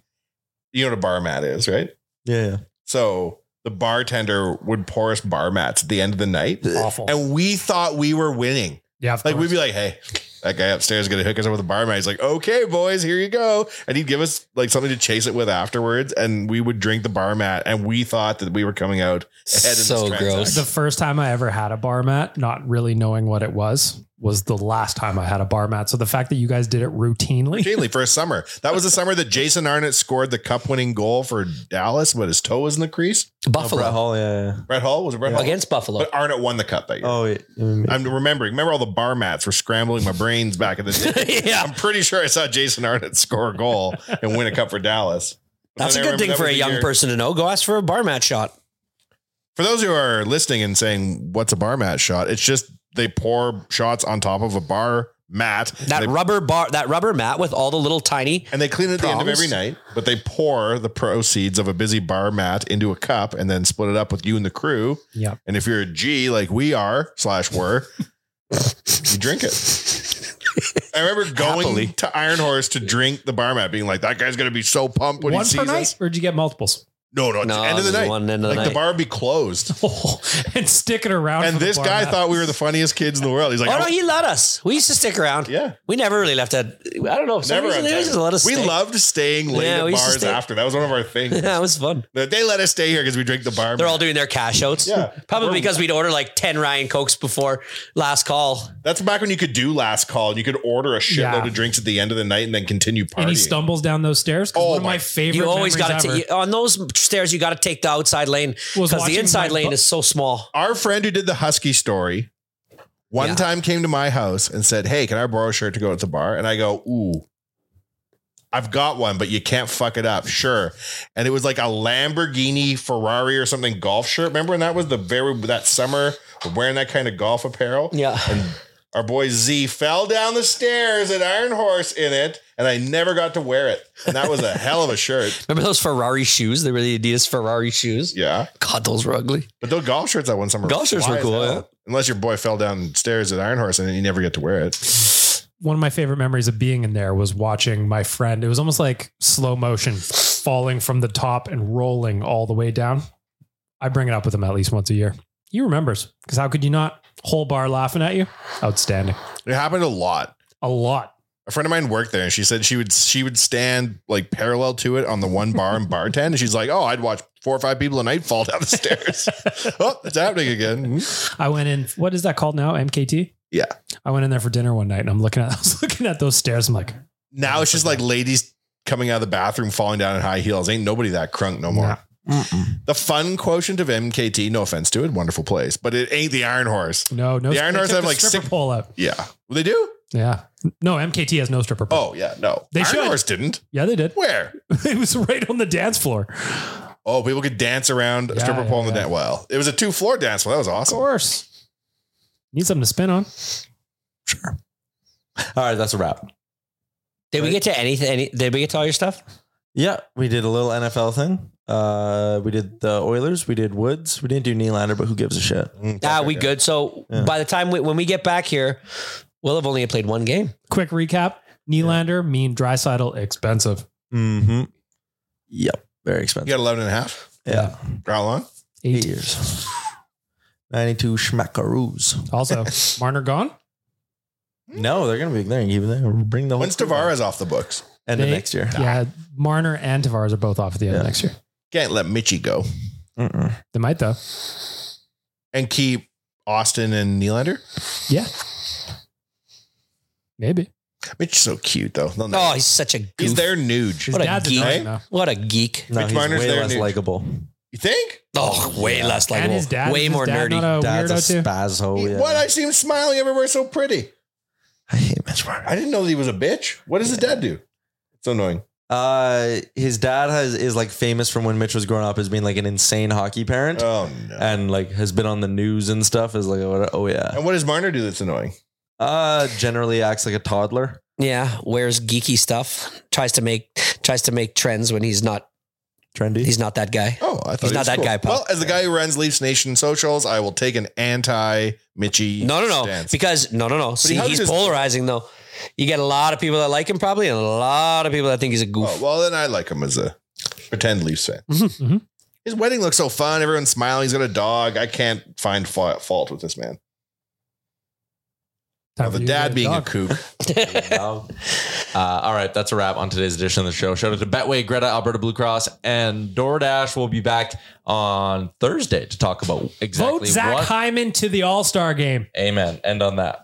Speaker 1: You know what a bar mat is, right?
Speaker 8: Yeah.
Speaker 1: So the bartender would pour us bar mats at the end of the night.
Speaker 4: Awful.
Speaker 1: And we thought we were winning.
Speaker 4: Yeah.
Speaker 1: Like we'd be like, hey, that guy upstairs is gonna hook us up with a bar mat. He's like, okay, boys, here you go. And he'd give us like something to chase it with afterwards. And we would drink the bar mat. And we thought that we were coming out ahead in this
Speaker 4: The
Speaker 1: transaction.
Speaker 4: first time I ever had a bar mat, not really knowing what it was, was the last time I had a bar mat. So the fact that you guys did it routinely,
Speaker 1: Routinely for a summer. That was the summer that Jason Arnott scored the cup winning goal for Dallas, but his toe was in the crease.
Speaker 6: Buffalo.
Speaker 1: Brett Hall,
Speaker 8: yeah.
Speaker 1: Brett Hall was it Brett
Speaker 6: Yeah.
Speaker 1: Hall?
Speaker 6: Against Buffalo.
Speaker 1: But Arnott won the cup that year.
Speaker 8: Oh,
Speaker 1: I'm remembering. Remember all the bar mats were scrambling my brains back in the day.
Speaker 6: yeah.
Speaker 1: I'm pretty sure I saw Jason Arnott score a goal and win a cup for Dallas. But
Speaker 6: That's a
Speaker 1: then I
Speaker 6: good
Speaker 1: remember
Speaker 6: thing
Speaker 1: that
Speaker 6: for
Speaker 1: was
Speaker 6: a
Speaker 1: the
Speaker 6: young
Speaker 1: year-
Speaker 6: person to know. Go ask for a bar mat shot.
Speaker 1: For those who are listening and saying, "What's a bar mat shot?" It's just they pour shots on top of a bar mat.
Speaker 6: That rubber bar, that rubber mat with all the little tiny.
Speaker 1: And they clean it at the end of every night, but they pour the proceeds of a busy bar mat into a cup and then split it up with you and the crew.
Speaker 4: Yep.
Speaker 1: And if you're a G like we are slash were, you drink it. I remember going
Speaker 4: Happily.
Speaker 1: to Iron Horse to drink the bar mat, being like, "That guy's gonna be so pumped when
Speaker 4: one
Speaker 1: he sees
Speaker 4: per night,
Speaker 1: us."
Speaker 4: or did you get multiples?
Speaker 1: No, no, it's
Speaker 6: No,
Speaker 1: the end of the
Speaker 6: there's
Speaker 1: night.
Speaker 6: one end of the
Speaker 1: like
Speaker 6: night.
Speaker 1: the bar would be closed.
Speaker 4: Oh, and stick it around.
Speaker 1: and
Speaker 4: for the
Speaker 1: this
Speaker 4: bar
Speaker 1: guy
Speaker 4: mat.
Speaker 1: thought we were the funniest kids in the world. He's like,
Speaker 6: oh no,
Speaker 1: "I-
Speaker 6: he let us. We used to stick around.
Speaker 1: Yeah,
Speaker 6: we never really left. That I don't know. for some
Speaker 1: Never
Speaker 6: reason
Speaker 1: on
Speaker 6: they
Speaker 1: time.
Speaker 6: just let us.
Speaker 1: We
Speaker 6: stay.
Speaker 1: loved staying late
Speaker 6: Yeah,
Speaker 1: at
Speaker 6: we used to
Speaker 1: bars
Speaker 6: stay.
Speaker 1: after. That was one of our things.
Speaker 6: Yeah, it was fun.
Speaker 1: But They let us stay here because we drank the bar.
Speaker 6: They're all doing their cash outs.
Speaker 1: Yeah.
Speaker 6: Probably because we'd order like 10 Ryan Cokes before last call.
Speaker 1: That's back when you could do last call and you could order a shitload
Speaker 4: Yeah.
Speaker 1: of drinks at the end of the night and then continue partying.
Speaker 4: and he stumbles down those stairs. Oh, one of my favorite.
Speaker 6: You always
Speaker 4: memories
Speaker 6: got to,
Speaker 4: ever.
Speaker 6: take on those stairs, you got to take the outside lane
Speaker 4: Was
Speaker 6: because the
Speaker 4: watching
Speaker 6: inside
Speaker 4: my
Speaker 6: lane
Speaker 4: bu-
Speaker 6: is so small.
Speaker 1: Our friend who did the Husky story one time came to my house and said, Hey, can I borrow a shirt to go out to the bar? And I go, Ooh, I've got one, but you can't fuck it up. Sure. And it was like a Lamborghini Ferrari or something golf shirt. Remember when that was the very that summer we're wearing that kind of golf apparel?
Speaker 6: Yeah.
Speaker 1: And our boy Z fell down the stairs at Iron Horse in it, and I never got to wear it. And that was a hell of a shirt.
Speaker 6: Remember those Ferrari shoes? They were the Adidas Ferrari shoes.
Speaker 1: Yeah.
Speaker 6: God, those were ugly.
Speaker 1: But those golf shirts I won summer.
Speaker 6: Golf shirts were
Speaker 1: fly as
Speaker 6: cool,
Speaker 1: hell.
Speaker 6: yeah.
Speaker 1: Unless your boy fell downstairs at Iron Horse and you never get to wear it.
Speaker 4: one of my favorite memories of being in there was watching my friend. It was almost like slow motion falling from the top and rolling all the way down. I bring it up with him at least once a year. He remembers because how could you not? Whole bar laughing at you. Outstanding.
Speaker 1: It happened a lot.
Speaker 4: A lot.
Speaker 1: A friend of mine worked there and she said she would she would stand like parallel to it on the one bar and bartend. And she's like, Oh, I'd watch four or five people a night fall down the stairs. oh, it's happening again.
Speaker 4: I went in. What is that called now? MKT.
Speaker 1: Yeah.
Speaker 4: I went in there for dinner one night and I'm looking at. I was looking at those stairs. I'm like,
Speaker 1: Now it's just like ladies coming out of the bathroom falling down in high heels. Ain't nobody that crunk no more. The fun quotient of MKT, no offense to it, wonderful place, but it ain't the Iron Horse.
Speaker 4: no, no.
Speaker 1: The Iron
Speaker 4: they
Speaker 1: Horse
Speaker 4: took
Speaker 1: have
Speaker 4: the
Speaker 1: like
Speaker 4: stripper
Speaker 1: six-
Speaker 4: pole out.
Speaker 1: Yeah. Well, they do?
Speaker 4: Yeah. No, MKT has no stripper pole.
Speaker 1: Oh, yeah. No.
Speaker 4: They
Speaker 1: Iron
Speaker 4: should.
Speaker 1: Horse didn't.
Speaker 4: Yeah, they did.
Speaker 1: Where?
Speaker 4: it was right on the dance floor.
Speaker 1: Oh, people could dance around a
Speaker 4: Yeah,
Speaker 1: stripper
Speaker 4: yeah,
Speaker 1: pole in the
Speaker 4: yeah.
Speaker 1: dance. Well, it was a two floor dance floor. That was
Speaker 4: Of
Speaker 1: awesome.
Speaker 4: course. Need something to spin on.
Speaker 5: All right, that's a wrap.
Speaker 6: Did we get to anything? Any, did we get to all your stuff?
Speaker 8: Yeah, we did a little NFL thing. Uh, we did the Oilers. We did Woods. We didn't do Nylander, but who gives a shit?
Speaker 6: Ah, we good. So
Speaker 8: Yeah.
Speaker 6: by the time we, when we get back here, we'll have only played one game.
Speaker 4: Quick recap. Nylander, mean Drysidle, expensive.
Speaker 8: Mm-hmm. Yep. Very
Speaker 1: You
Speaker 8: expensive.
Speaker 1: got 11 and a half?
Speaker 8: Yeah.
Speaker 1: For How long?
Speaker 8: Eight, years. 92 schmackaroos.
Speaker 4: Also, Marner gone.
Speaker 8: No, they're going to be there. Keep it there. Bring the whole
Speaker 1: When's Tavares off the books?
Speaker 8: end of
Speaker 4: They-
Speaker 8: next year.
Speaker 4: Yeah. Marner and Tavares are both off at the end of
Speaker 8: Yeah.
Speaker 4: next year.
Speaker 1: Can't let Mitchie go
Speaker 8: Mm-mm.
Speaker 4: They might though.
Speaker 1: and keep Austin and Nylander.
Speaker 4: Yeah. Maybe.
Speaker 1: Mitch's so cute, though. They'll never-
Speaker 6: Oh, he's such a
Speaker 1: he's
Speaker 6: goof.
Speaker 1: their nude.
Speaker 4: His
Speaker 6: What a
Speaker 4: dad's
Speaker 6: geek.
Speaker 4: annoying though.
Speaker 6: What a geek.
Speaker 8: No,
Speaker 1: Mitch
Speaker 8: he's
Speaker 1: Marner's
Speaker 8: way
Speaker 1: there,
Speaker 8: less
Speaker 1: dude.
Speaker 8: likable.
Speaker 1: You think?
Speaker 6: Oh, way less
Speaker 4: And
Speaker 6: likable.
Speaker 4: his dad.
Speaker 6: way
Speaker 4: is
Speaker 6: more
Speaker 4: his dad
Speaker 6: nerdy.
Speaker 4: Not a
Speaker 8: Dad's a
Speaker 4: weirdo too.
Speaker 8: spazzo.
Speaker 6: Oh,
Speaker 1: He-
Speaker 8: Yeah.
Speaker 1: What? I see him smiling everywhere so pretty.
Speaker 8: I hate Mitch Marner.
Speaker 1: I didn't know that he was a bitch. What does his dad do? It's annoying.
Speaker 8: Uh, his dad has is like famous from when Mitch was growing up as being like an insane hockey parent,
Speaker 1: Oh, no.
Speaker 6: Uh,
Speaker 8: and like has been on the news and stuff. Is like, oh, oh yeah.
Speaker 1: And what does Marner do that's annoying?
Speaker 8: Uh, generally acts like a toddler.
Speaker 6: Yeah, wears geeky stuff. Tries to make tries to make trends when he's not
Speaker 9: trendy.
Speaker 6: He's not that guy.
Speaker 1: Oh, I thought
Speaker 6: he's
Speaker 1: he
Speaker 6: not
Speaker 1: was
Speaker 6: that
Speaker 1: cool.
Speaker 6: guy. Pal.
Speaker 1: Well, as the guy who runs Leafs Nation socials, I will take an anti Mitchy.
Speaker 6: no, no, no,
Speaker 1: stance.
Speaker 6: because no, no, no. See,
Speaker 1: hugs
Speaker 6: he's
Speaker 1: his-
Speaker 6: polarizing though. You get a lot of people that like him probably, and a lot of people that think he's a goof.
Speaker 1: Oh, well, then I like him as a pretend Leafs fan. His wedding looks so fun. Everyone's smiling. He's got a dog. I can't find fa- fault with this man.
Speaker 10: Time
Speaker 1: Now,
Speaker 10: for
Speaker 1: the
Speaker 10: you to get
Speaker 1: dad
Speaker 10: a
Speaker 1: being a
Speaker 10: dog.
Speaker 1: kook.
Speaker 5: Uh, all right, that's a wrap on today's edition of the show. Shout out to Betway, Greta, Alberta Blue Cross, and DoorDash. We'll be back on Thursday to talk about exactly
Speaker 10: Vote Zach
Speaker 5: what.
Speaker 10: Hyman to the All Star game.
Speaker 5: Amen. End on that.